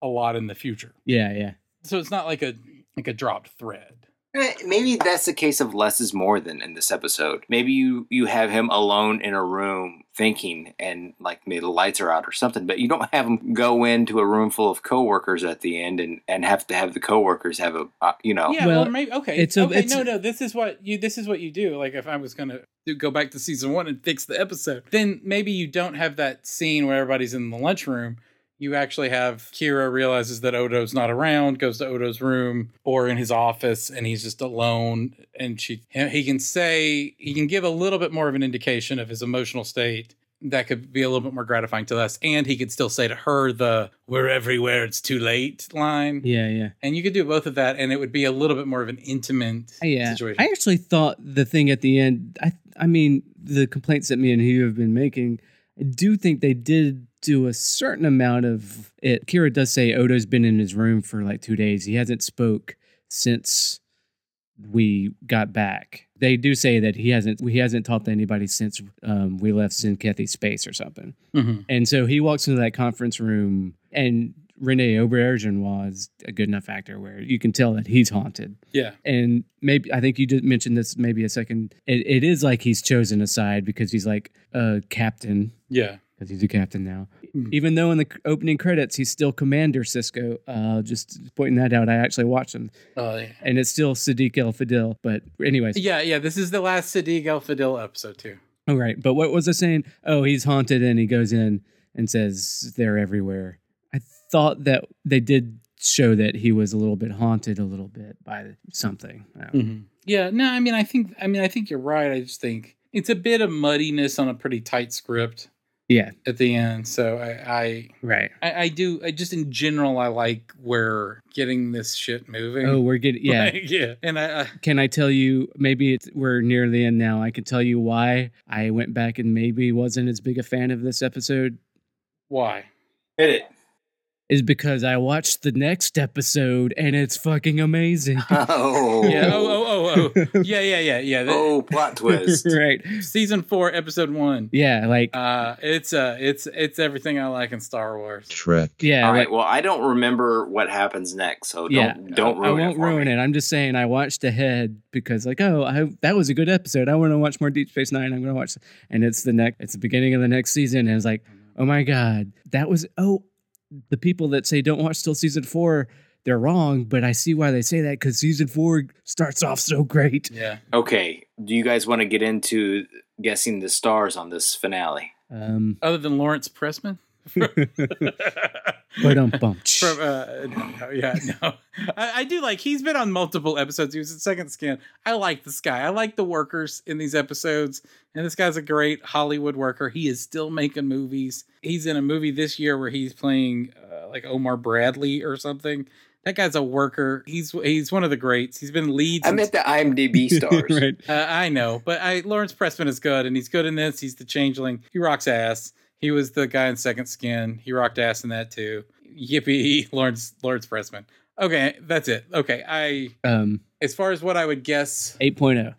a lot in the future. Yeah, yeah. So it's not like a like a dropped thread. Eh, Maybe that's a case of less is more than in this episode. Maybe you you have him alone in a room thinking and like maybe the lights are out or something, but you don't have him go into a room full of coworkers at the end and and have to have the coworkers have a uh, you know. Yeah, well, Well, maybe okay. it's a- okay, it's- no, no. This is what you. This is what you do. Like, if I was gonna do, go back to season one and fix the episode, then maybe you don't have that scene where everybody's in the lunchroom. You actually have Kira realizes that Odo's not around, goes to Odo's room or in his office, and he's just alone. And she, he can say, he can give a little bit more of an indication of his emotional state. That could be a little bit more gratifying to us, and he could still say to her the "We're everywhere, it's too late" line. Yeah, yeah. And you could do both of that, and it would be a little bit more of an intimate Uh, Yeah. situation. I actually thought the thing at the end I I mean, the complaints that me and Hugh have been making, I do think they did do a certain amount of it. Kira does say Odo's been in his room for like two days. He hasn't spoke since we got back. They do say that he hasn't he hasn't talked to anybody since um, we left Sinkethi's space or something. Mhm. And so he walks into that conference room, and Rene Auberjonois is a good enough actor where you can tell that he's haunted. Yeah. And maybe I think you did mention this maybe a second. It, it is like he's chosen a side because he's like a captain Yeah. because he's a captain now. Even though in the c- opening credits he's still Commander Cisco, uh, just pointing that out. I actually watched him, Oh, yeah. and it's still Sadiq El Fadil. But anyways, yeah, yeah. This is the last Sadiq El Fadil episode too. all Oh, right. But what was I saying? Oh, he's haunted, and he goes in and says they're everywhere. I thought that they did show that he was a little bit haunted, a little bit by something. I Mm. don't know. Yeah, no, I mean, I think, I mean, I think you're right. I just think it's a bit of muddiness on a pretty tight script Yeah, at the end. So I, I, right. I, I do. I just in general, I like where getting this shit moving. <laughs> Oh, we're getting yeah. Like, yeah. And I, I Can I tell you? Maybe it's, we're near the end now. I can tell you why I went back and maybe wasn't as big a fan of this episode why? Hit it. is because I watched the next episode and it's fucking amazing. <laughs> <laughs> Oh. Yeah. Oh, oh, oh, oh. yeah, yeah, yeah, yeah. That- Oh, plot <laughs> twist. right? Season four, episode one. Yeah, like Uh, it's uh, it's it's everything I like in Star Wars. Shrek. yeah, All like, right. Well, I don't remember what happens next, so don't Yeah. don't I ruin it. won't for ruin me. it. I'm just saying I watched ahead because like oh I, that was a good episode. I want to watch more Deep Space Nine. I'm gonna watch and it's the next it's the beginning of the next season and it's like oh my god that was oh the people that say don't watch till season four they're wrong but I see why they say that because season four starts off so great. Yeah. Okay. Do you guys want to get into guessing the stars on this finale? Um, Other than Lawrence Pressman. but um <laughs> bump. From, uh, no, yeah, no. <laughs> I, I do like, he's been on multiple episodes. He was in Second Skin. I like this guy. I like the workers in these episodes. And this guy's a great Hollywood worker. He is still making movies. He's in a movie this year where he's playing uh, like Omar Bradley or something. That guy's a worker. He's he's one of the greats. He's been leads. I meant the IMDb stars. <laughs> right. uh, I know, but I Lawrence Pressman is good, and he's good in this. He's the changeling. He rocks ass. He was the guy in Second Skin. He rocked ass in that too. Yippee, <laughs> Lawrence Lawrence Pressman. Okay, that's it. Okay, I Um, oh. as far as what I would guess, 8.0.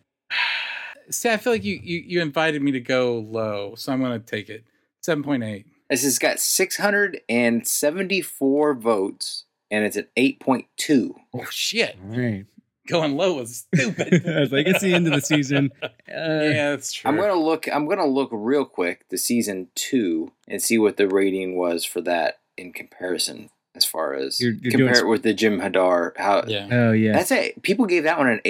see, I feel like you you, you invited me to go low, so I'm gonna take it. Seven point eight. This has got 674 votes, and it's at 8.2. Oh shit, All right. going low was I <laughs> stupid. was like, it's the end of the season. Uh, yeah, that's true. I'm gonna look. I'm gonna look real quick to season two and see what the rating was for that in comparison, as far as You're- you're doing compare s- it with the Jim Hadar. How yeah. Oh, yeah. that's it. People gave that one an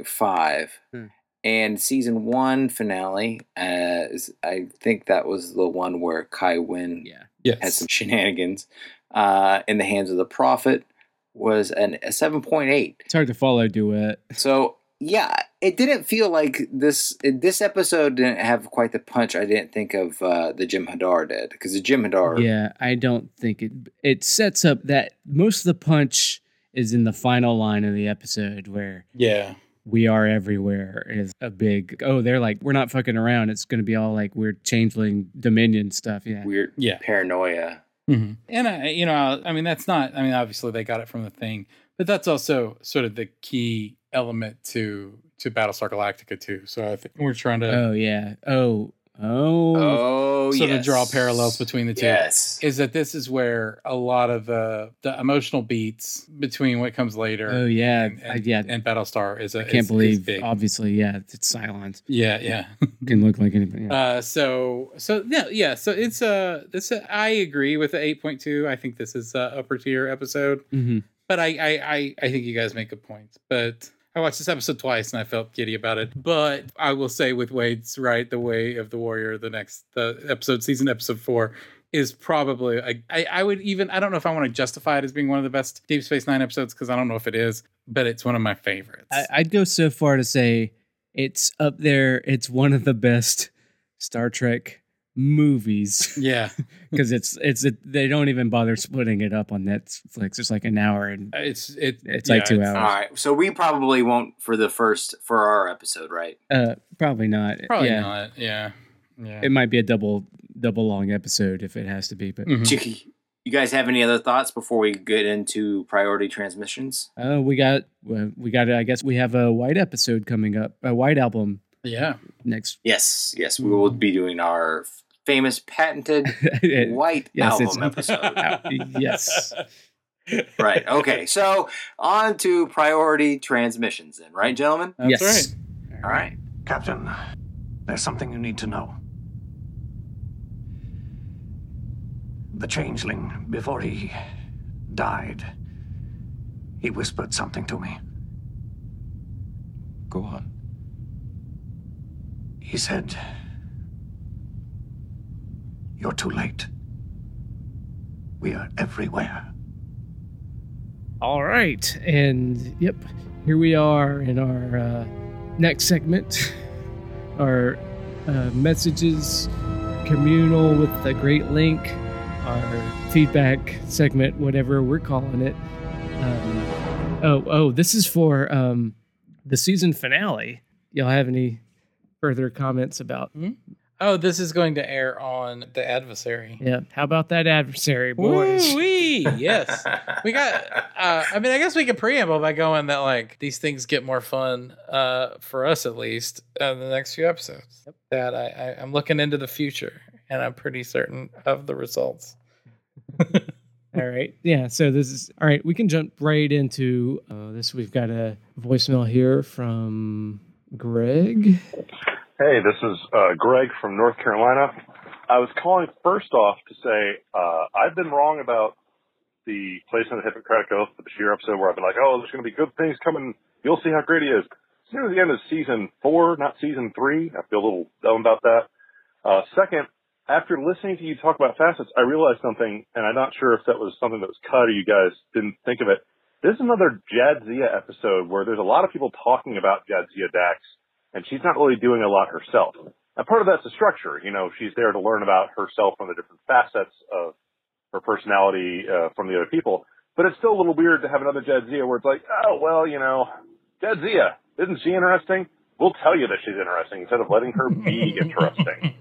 8.5, Hmm. and season one finale. Uh, is- I think that was the one where Kai Wynn yeah. had Yes. some <laughs> shenanigans. Uh, in the hands of the prophet was an, a 7.8. It's hard to follow duet. So yeah, it didn't feel like this. This episode didn't have quite the punch. I didn't think of uh, the Jim Hadar did because the Jim Hadar. Yeah, I don't think it. It sets up that most of the punch is in the final line of the episode where Yeah. we are everywhere is a big. Oh, they're like, we're not fucking around. It's going to be all like weird changeling dominion stuff. Yeah. Weird Yeah. paranoia. Mm-hmm. And I, you know, I mean, that's not. I mean, obviously they got it from the thing, but that's also sort of the key element to to Battlestar Galactica too. So I think we're trying to Oh, yeah. Oh, oh. Oh, sort yes. of draw parallels between the two. Yes. Is that this is where a lot of the the emotional beats between what comes later? Oh, yeah. and, I, and- yeah. and Battlestar is a I can't is- is believe, big. obviously. Yeah. It's Cylons. <laughs> yeah, yeah. Didn't look like anybody. Yeah. Uh, so so no, yeah. So it's uh, this I agree with the eight point two. I think this is a upper tier episode. Mhm. but I, I I I think you guys make good points. But I watched this episode twice and I felt giddy about it. But I will say with Wade's right, the way of the warrior, the next the episode season episode four is probably I I, I would even I don't know if I want to justify it as being one of the best Deep Space Nine episodes because I don't know if it is, but it's one of my favorites. I, I'd go so far to say it's up there. It's one of the best Star Trek <laughs> movies yeah, because it's it's it, they don't even bother splitting it up on Netflix. It's like an hour and it's it It's yeah, like two All hours. right. So we probably won't for the first for our episode, right? uh, probably not. Probably yeah, not. Yeah, yeah. it might be a double double long episode if it has to be. But Mhm. <laughs> You guys have any other thoughts before we get into priority transmissions? uh, we got well, we got. I guess we have a White episode coming up, a White album Yeah. next. <laughs> Yes, yes, Mm-hmm. we will be doing our famous <laughs> patented white yes, it's- album <laughs> episode. yes. right. <laughs> Okay. So on to priority transmissions, then, right, gentlemen? That's yes. right. All right. Captain, there's something you need to know. The changeling, before he died, he whispered something to me. Go on. He said, You're too late. We are everywhere. All right, and yep, here we are in our uh, next segment. <laughs> Our uh, messages communal with the Great Link, our feedback segment, whatever we're calling it. Um, oh, oh, this is for um, the season finale. Y'all have any further comments about? Oh, this is going to air on the adversary. Yeah, how about that adversary, boys? Woo-wee, <laughs> yes. we got uh, i mean i guess we could preamble by going that like these things get more fun uh, for us at least uh, the next few episodes that I, I i'm looking into the future and i'm pretty certain of the results All right. Yeah. So this is all right. We can jump right into uh, this. We've got a voicemail here from Greg. Hey, this is uh, Greg from North Carolina. I was calling first off to say uh, I've been wrong about the placement of the Hippocratic Oath for the Sheer episode where I've been like, oh, there's going to be good things coming. You'll see how great he is. It's near the end of season four, not season three. I feel a little dumb about that. Uh, second, after listening to you talk about facets, I realized something, and I'm not sure if that was something that was cut or you guys didn't think of it. This is another Jadzia episode where there's a lot of people talking about Jadzia Dax and she's not really doing a lot herself. And part of that's the structure. You know, she's there to learn about herself from the different facets of her personality uh, from the other people. But it's still a little weird to have another Jadzia where it's like, oh, well, you know, Jadzia, isn't she interesting? We'll tell you that she's interesting instead of letting her be interesting.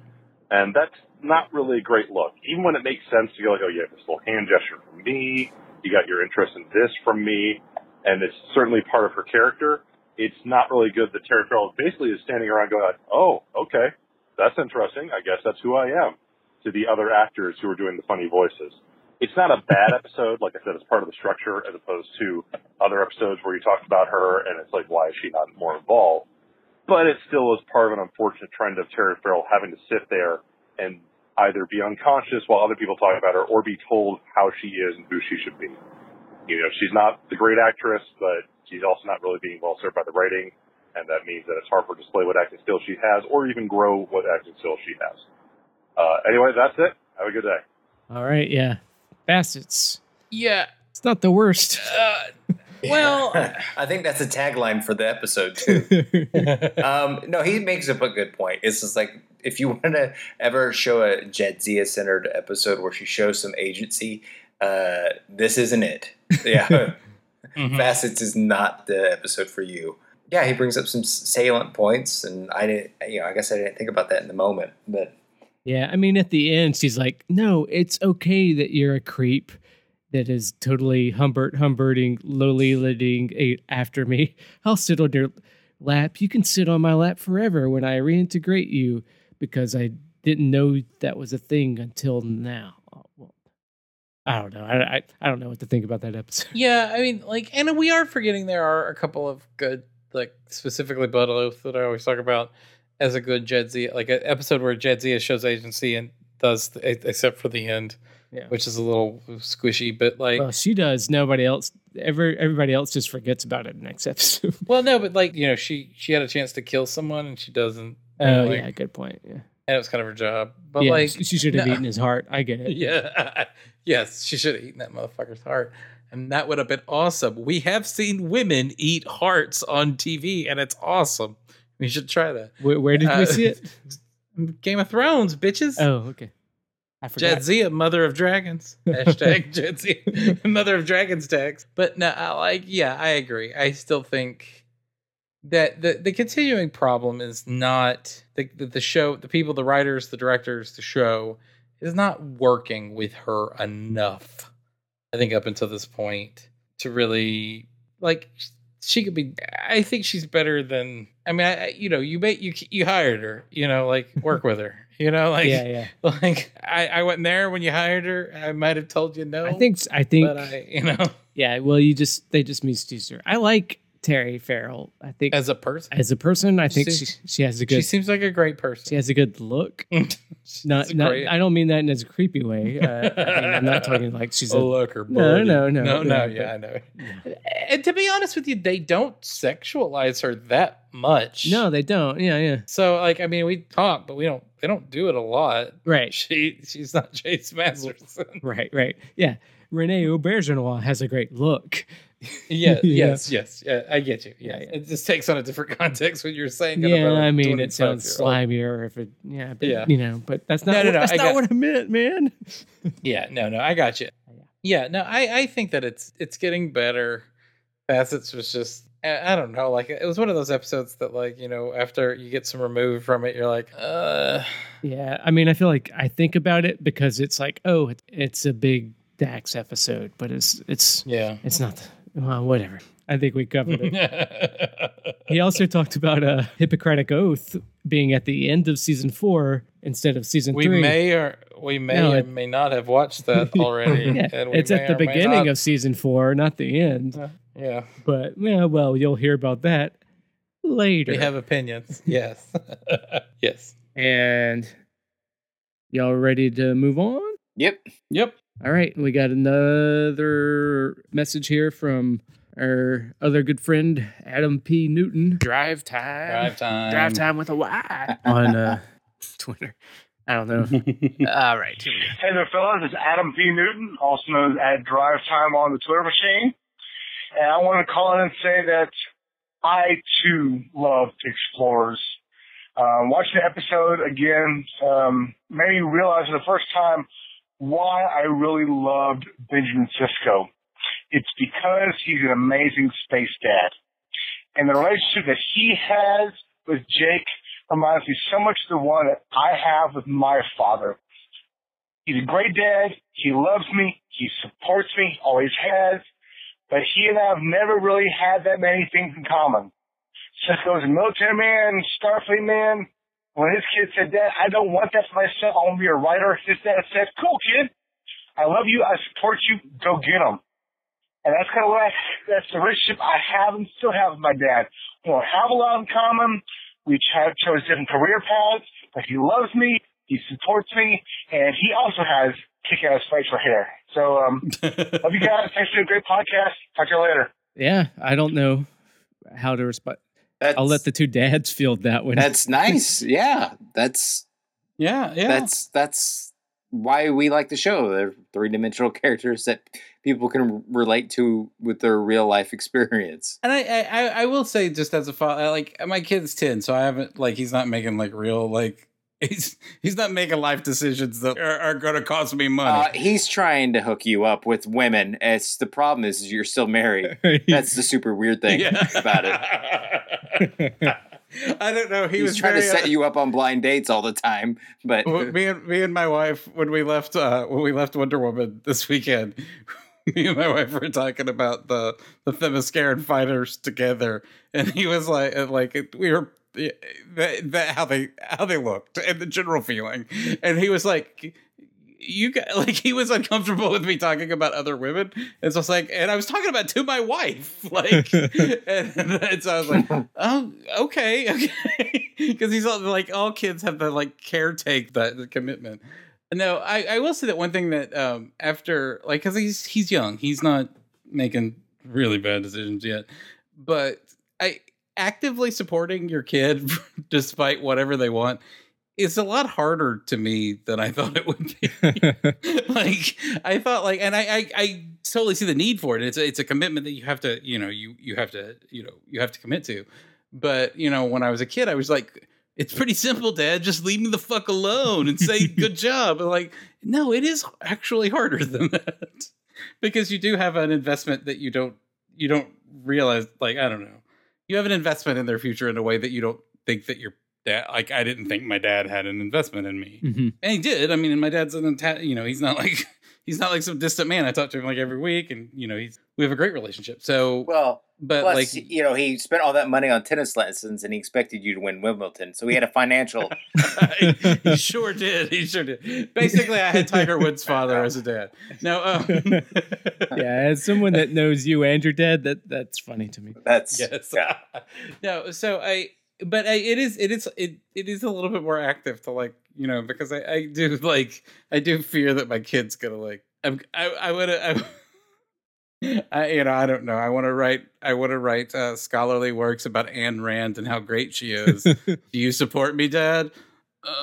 And that's not really a great look. Even when it makes sense to go like, oh, you have this little hand gesture from me. You got your interest in this from me. And it's certainly part of her character. It's not really good that Terry Farrell basically is standing around going, like, oh, okay, that's interesting. I guess that's who I am to the other actors who are doing the funny voices. It's not a bad episode. Like I said, it's part of the structure as opposed to other episodes where you talked about her and it's like, why is she not more involved? but it still is part of an unfortunate trend of Terry Farrell having to sit there and either be unconscious while other people talk about her or be told how she is and who she should be. You know, she's not the great actress, but she's also not really being well served by the writing, and that means that it's hard for her to display what acting skills she has or even grow what acting skills she has. Uh, anyway, that's it. Have a good day. All right. Yeah. Facets. yeah It's not the worst. <laughs> uh, well <laughs> I think that's a tagline for the episode <laughs> too. um, no, he makes up a good point. It's just like if you want to ever show a Jedzia centered episode where she shows some agency, uh, this isn't it. Yeah, mhm. facets is not the episode for you. Yeah, he brings up some salient points, and I didn't. You know, I guess I didn't think about that in the moment, but Yeah. I mean, at the end, she's like, no, it's okay that you're a creep that is totally Humbert Humberting, lowly lidding a- after me. I'll sit on your lap. You can sit on my lap forever when I reintegrate you because I didn't know that was a thing until now. Oh, well, I don't know. I, I, I don't know what to think about that episode. yeah i mean like and we are forgetting there are a couple of good like specifically blood oath that i always talk about as a good jedzia like an episode where jedzia shows agency and does except for the end Yeah. which is a little squishy but like Well, she does. Nobody else. Every everybody else just forgets about it next episode. Well, no, but like you know, she she had a chance to kill someone and she doesn't. Oh and, like, yeah, good point. Yeah, and it was kind of her job. But yeah like, <laughs> she she should have no. eaten his heart. I get it. yeah, yes, she should have eaten that motherfucker's heart, and that would have been awesome. We have seen women eat hearts on TV, and it's awesome. We should try that. Where, where did Uh, we see it? <laughs> Game of Thrones, bitches. Oh, okay. I forgot. Jadzia, mother of <laughs> dragons. Hashtag Jadzia, mother of dragons tags. But no, I like, yeah, I agree. I still think that the, the continuing problem is not the, the, the show, the people, the writers, the directors, the show is not working with her enough. I think up until this point to really like she could be i think she's better than i mean I, I- you know you made you you hired her you know like work with her you know like yeah, yeah. <laughs> like I, I wasn't there when you hired her. I might have told you no. I think. I think. but I, you know, <laughs> yeah. Well, you just they just misused her. I like Terry Farrell. I think as, as a person. a person, I think she, She- she has a She good she, seems like a great person. has a good look. not, a not great- I don't mean that in as a creepy way. Uh, I mean, I'm not talking like she's a a looker. No, buddy. no, no, no, yeah, no. Yeah, I know. And to be honest with you, they don't sexualize her that much. No, they don't. Yeah, yeah. So, like, I mean, we talk, but we don't. They don't do it a lot. <laughs> Right. She, she's not Chase Masterson. <laughs> Right, right. Yeah. Renee Aubergenois has a great look. yeah, <laughs> Yeah. yes, yes. Yeah, I get you. Yeah, Yeah, it just takes on a different <laughs> context when you're saying. it Yeah, about a I mean, 25 it sounds year old. slimier if it, yeah, but, Yeah. you know, but that's not, No, no, what, no, that's I not got- what I meant, man. Yeah, no, no, I got you. Oh, Yeah, no, I, I think that it's it's getting better. Facets was just I I don't know, like it was one of those episodes that like, you know, after you get some removed from it, you're like, uh Yeah, I mean, I feel like I think about it because it's like, oh, it- it's a big Dax episode, but it's it's Yeah. it's not. Well, whatever. I think we covered <laughs> it. <laughs> yeah, he also talked about a Hippocratic oath being at the end of season four instead of season we three. may or we may No, or it- may not have watched <laughs> that already. yeah, and we it's at may the or may beginning not- of season four, not the end. Yeah. But yeah, well, you'll hear about that later. We <laughs> have opinions. Yes. <laughs> yes. and y'all ready to move on? Yep. Yep. All right, we got another message here from our other good friend Adam P. Newton. Drive <laughs> time. Drive time. Drive time with a Y on uh, Twitter. I don't know. All right, here we go. Hey there, fellas. It's Adam P. Newton, also known as Drive Time on the Twitter machine. And I want to call in and say that I, too, love Explorers. Um, watching the episode again um, made me realize for the first time why I really loved Benjamin Sisko. It's because he's an amazing space dad. And the relationship that he has with Jake reminds me so much of the one that I have with my father. He's a great dad. He loves me. He supports me, always has. But he and I have never really had that many things in common. Cisco's a military man, Starfleet man. When his kid said, Dad, I don't want that for myself. I want to be a writer. His dad said, Cool, kid. I love you. I support you. Go get him. And that's kind of what I, that's the relationship I have and still have with my dad. We don't have a lot in common. We ch- chose different career paths, but he loves me. He supports me, and he also has kick-ass facial hair. So, um, love you guys. Thanks for a great podcast. Talk to you later. Yeah, I don't know how to respond. That's, I'll let the two dads field that one. <laughs> That's nice. Yeah, that's Yeah, yeah. that's that's why we like the show. They're three-dimensional <laughs> characters that people can relate to with their real life experience. And I, I, I- I will say just as a father, like my kid's ten, so I haven't like he's not making like real like <laughs> he's he's not making life decisions that are, are going to cost me Uh, money. he's trying to hook you up with women. It's the problem is, is you're <laughs> still married. That's the super weird thing <laughs> about it. <laughs> it. <laughs> I don't know. <laughs> He He was was Uh, trying to very, uh, set you up on blind dates all the time, <laughs> but Well, me and me and my wife when we left uh when we left Wonder Woman this weekend, <laughs> me and my wife were talking about the the Themysciran fighters together, and he was like, and like it- we were that, that how they how they looked and the general feeling, and he was like. You got <laughs> like he was uncomfortable with me talking about other women, and so I was like, and I was talking about to my wife, <laughs> like, and, and so I was like, Oh, okay, <laughs> okay. Because he's all like all kids have the like caretake that the commitment. No, I I will say that one thing that um after like because he's he's young, he's not making really bad decisions yet, but I actively supporting your kid <laughs> despite whatever they want is a lot harder to me than I thought it would be <laughs> like I thought like and I, I I totally see the need for it. It's a, it's a commitment that you have to, you know, you you have to, you know, you have to commit to. But, you know, when I was a kid, I was like it's pretty simple, dad, just leave me the fuck alone and say good job. And like no, it is actually harder than <laughs> that. because you do have an investment that you don't you don't realize like I don't know. You have an investment in their future in a way that you don't think that your dad like I didn't think my dad had an investment in me <laughs> Mhm. and he did. I mean, and my dad's an Ita- you know, he's not like <laughs> he's not like some distant man. I talk to him like every week, and you know, he's we have a great relationship. So, Well, but plus like, you know he spent all that money on tennis lessons and he expected you to win Wimbledon, so he had <laughs> a financial. he, sure did. He sure did. Basically, I had Tiger Woods' father as a dad. No, um, yeah, as someone that knows you and your dad, that that's funny <laughs> to me. <laughs> That's yes. yeah. no, so I, but I, it is, it is, it, it is a little bit more active to like, you know, because I, I do like, I do fear that my kid's gonna like, I'm, I, I would, I, I, you know, I don't know. I want to write, I want to write uh, scholarly works about Anne Rand and how great she is. do you support me, Dad?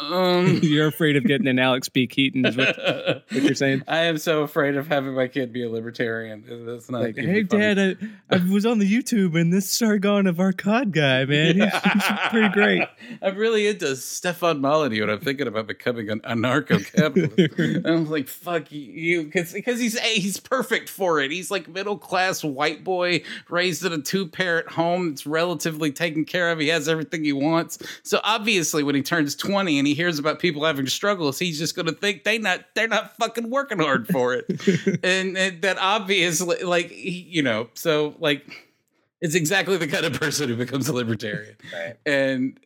Um. You're afraid of getting an Alex B. Keaton. Is what, what you're saying? <laughs> I am so afraid of having my kid be a libertarian. That's not Like, even hey, funny. Dad, I, I was on the YouTube and this Sargon of Arcad guy, man, <laughs> he's, he's pretty great. <laughs> I'm really into Stefan Molyneux, and I'm thinking about becoming an anarcho-capitalist. <laughs> And I'm like, fuck you, because he's eh, he's perfect for it. He's like middle class white boy raised in a two parent home that's relatively taken care of. He has everything he wants. So obviously, when he turns 20 and he hears about people having struggles, he's just going to think they not they're not fucking working hard <laughs> for it, and, and that obviously, like he- you know, so like. It's exactly the kind of person who becomes a libertarian Right. and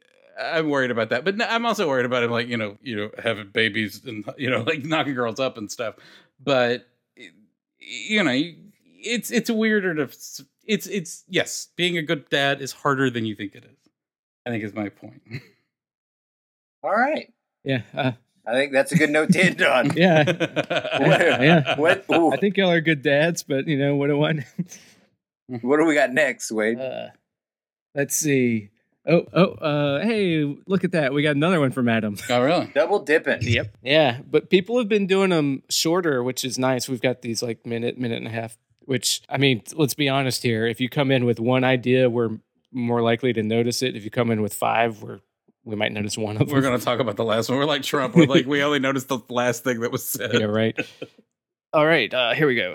I'm worried about that. But no, I'm also worried about him, like you know, you know, having babies and you know, <laughs> like knocking girls up and stuff. But you know, you- it's it's weirder to it's it's yes, being a good dad is harder than you think it is. I think is my point. All right, Yeah, uh, I think that's a good note to end <laughs> on. yeah. <laughs> Yeah. What ooh, I think y'all are good dads, but you know what do I know? <laughs> what do we got next, Wade? Uh, let's see. Oh, oh, uh, hey, look at that. We got another one from Adam. <laughs> Oh really? Double dipping. Yep. Yeah, but people have been doing them shorter, which is nice. We've got these like minute, minute and a half, which I mean, let's be honest here. If you come in with one idea, we're more likely to notice it. If you come in with five, we're we might notice one of them. We're gonna talk about the last one. We're like Trump. We're like we only noticed the last thing that was said. yeah, right. <laughs> All right, uh, here we go.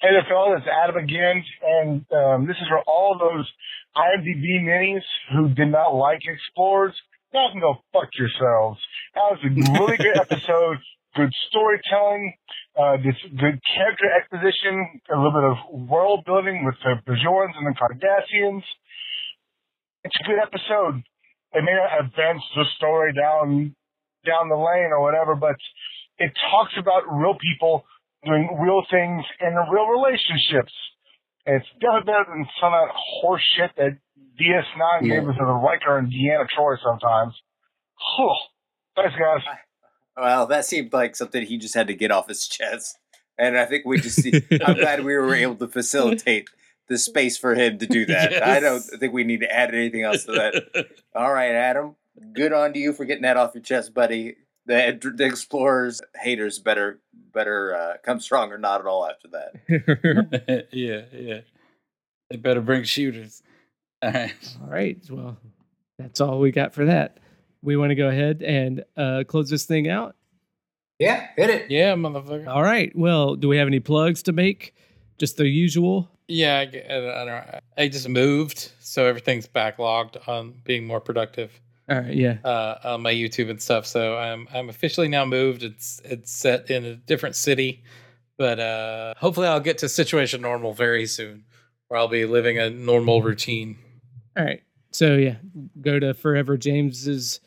Hey there, fellas. It's Adam again, and um, this is for all those IMDb minis who did not like Explorers. Y'all can go fuck yourselves. That was a really good episode. Good storytelling, uh, this good character exposition, a little bit of world building with the Bajorans and the Cardassians. It's a good episode. It may not advance the story down down the lane or whatever, but it talks about real people doing real things in real relationships. And it's definitely better than some of that horse shit that DS9 gave us to the Riker and Deanna Troy sometimes. Whew. Thanks, guys. Well, that seemed like something he just had to get off his chest, and I think we just. I'm glad we were able to facilitate the space for him to do that. I don't Yes. think we need to add anything else to that. All right, Adam. Good on to you for getting that off your chest, buddy. The, the explorers haters better better uh, come strong or not at all after that. <laughs> yeah, yeah. They better bring shooters. All right. All right, well, that's all we got for that. We want to go ahead and uh, close this thing out. Yeah, hit it. Yeah, motherfucker. All right. Well, do we have any plugs to make? Just the usual. Yeah, I, g- I don't- I don't. I just moved, so everything's backlogged on being more productive All right. Yeah. uh, on my YouTube and stuff. So I'm I'm officially now moved. It's it's set in a different city, but uh, hopefully I'll get to situation normal very soon, where I'll be living a normal routine. All right. So yeah, go to Forever James's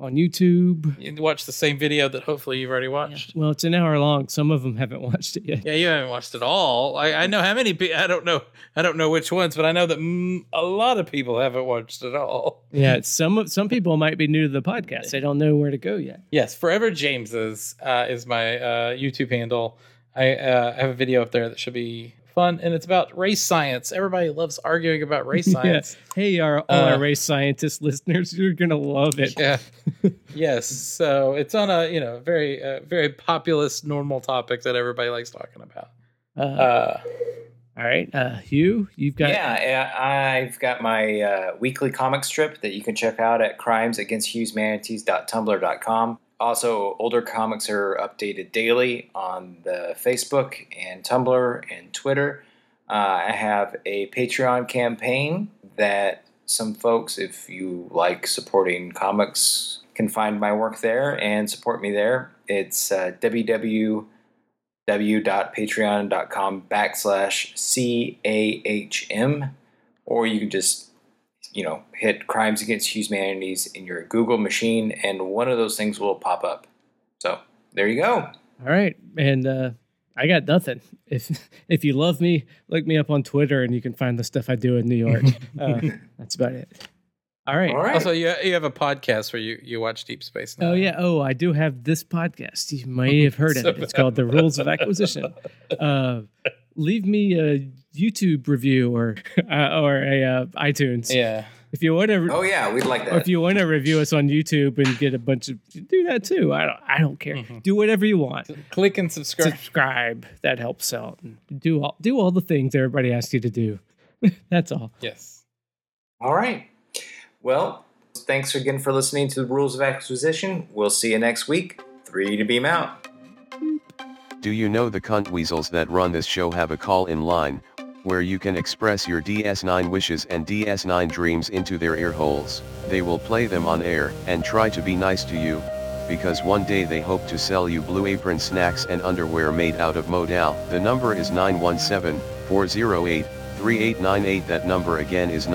on YouTube. You can watch the same video that hopefully you've already watched. Well, it's an hour long. Some of them haven't watched it yet. Yeah, you haven't watched it all. I, I know how many people. I don't know. I don't know which ones, but I know that mm, a lot of people haven't watched it all. Yeah. <laughs> Some of some people might be new to the podcast. They don't know where to go yet. Yes, Forever James's uh, is my uh, YouTube handle. I uh, have a video up there that should be fun, and it's about race science. Everybody loves arguing about <laughs> race science. Hey, our all our Uh, race scientist <laughs> listeners, you're gonna love it. yeah. <laughs> yes. So it's on a you know very uh, very populist normal topic that everybody likes talking about. Uh, Uh, all right. Uh, Hugh, you've got Yeah, I- I've got my uh, weekly comic strip that you can check out at crimesagainsthughesmanities.tumblr.com. Also, older comics are updated daily on the Facebook and Tumblr and Twitter. Uh, I have a Patreon campaign that some folks, if you like supporting comics, can find my work there and support me there. It's uh, www www.patreon.com backslash CAHM, or you can just, you know, hit Crimes Against Humanities in your Google machine, and one of those things will pop up. So there you go. All right, and uh, I got nothing. <laughs> If if you love me, look me up on Twitter, and you can find the stuff I do in New York. uh, that's about it. All right. Also, you you have a podcast where you you watch Deep Space Nine. Oh yeah. Oh, I do have this podcast. You may have heard of So it. It's called The Rules of Acquisition. Uh, leave me a YouTube review or uh, or a uh, iTunes. Yeah. If you want to. Oh, yeah, we'd like Or that. if you want to review us on YouTube and get a bunch of do that too. I don't. I don't care. Do whatever you want. Click and subscribe. Subscribe. That helps out. And do all do all the things everybody asks you to do. <laughs> That's all. Yes. All right. Well, thanks again for listening to the Rules of Acquisition. We'll see you next week. Three to beam out. Do you know the cunt weasels that run this show have a call-in line, where you can express your DS9 wishes and DS9 dreams into their earholes? They will play them on air and try to be nice to you, because one day they hope to sell you blue apron snacks and underwear made out of modal. The number is 917-408-3898. That number again is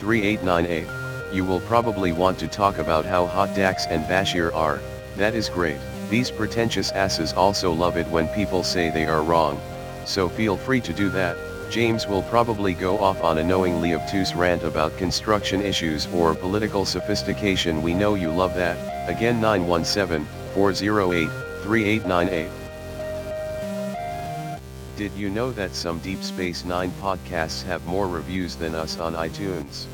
917-408-3898. You will probably want to talk about how hot Dax and Bashir are, that is great. These pretentious asses also love it when people say they are wrong, so feel free to do that. James will probably go off on a knowingly obtuse rant about construction issues or political sophistication. We know you love that. Again 917 408 3898. Did you know that some Deep Space Nine podcasts have more reviews than us on iTunes?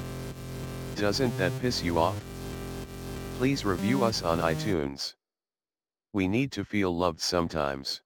Doesn't that piss you off? Please review us on iTunes. We need to feel loved sometimes.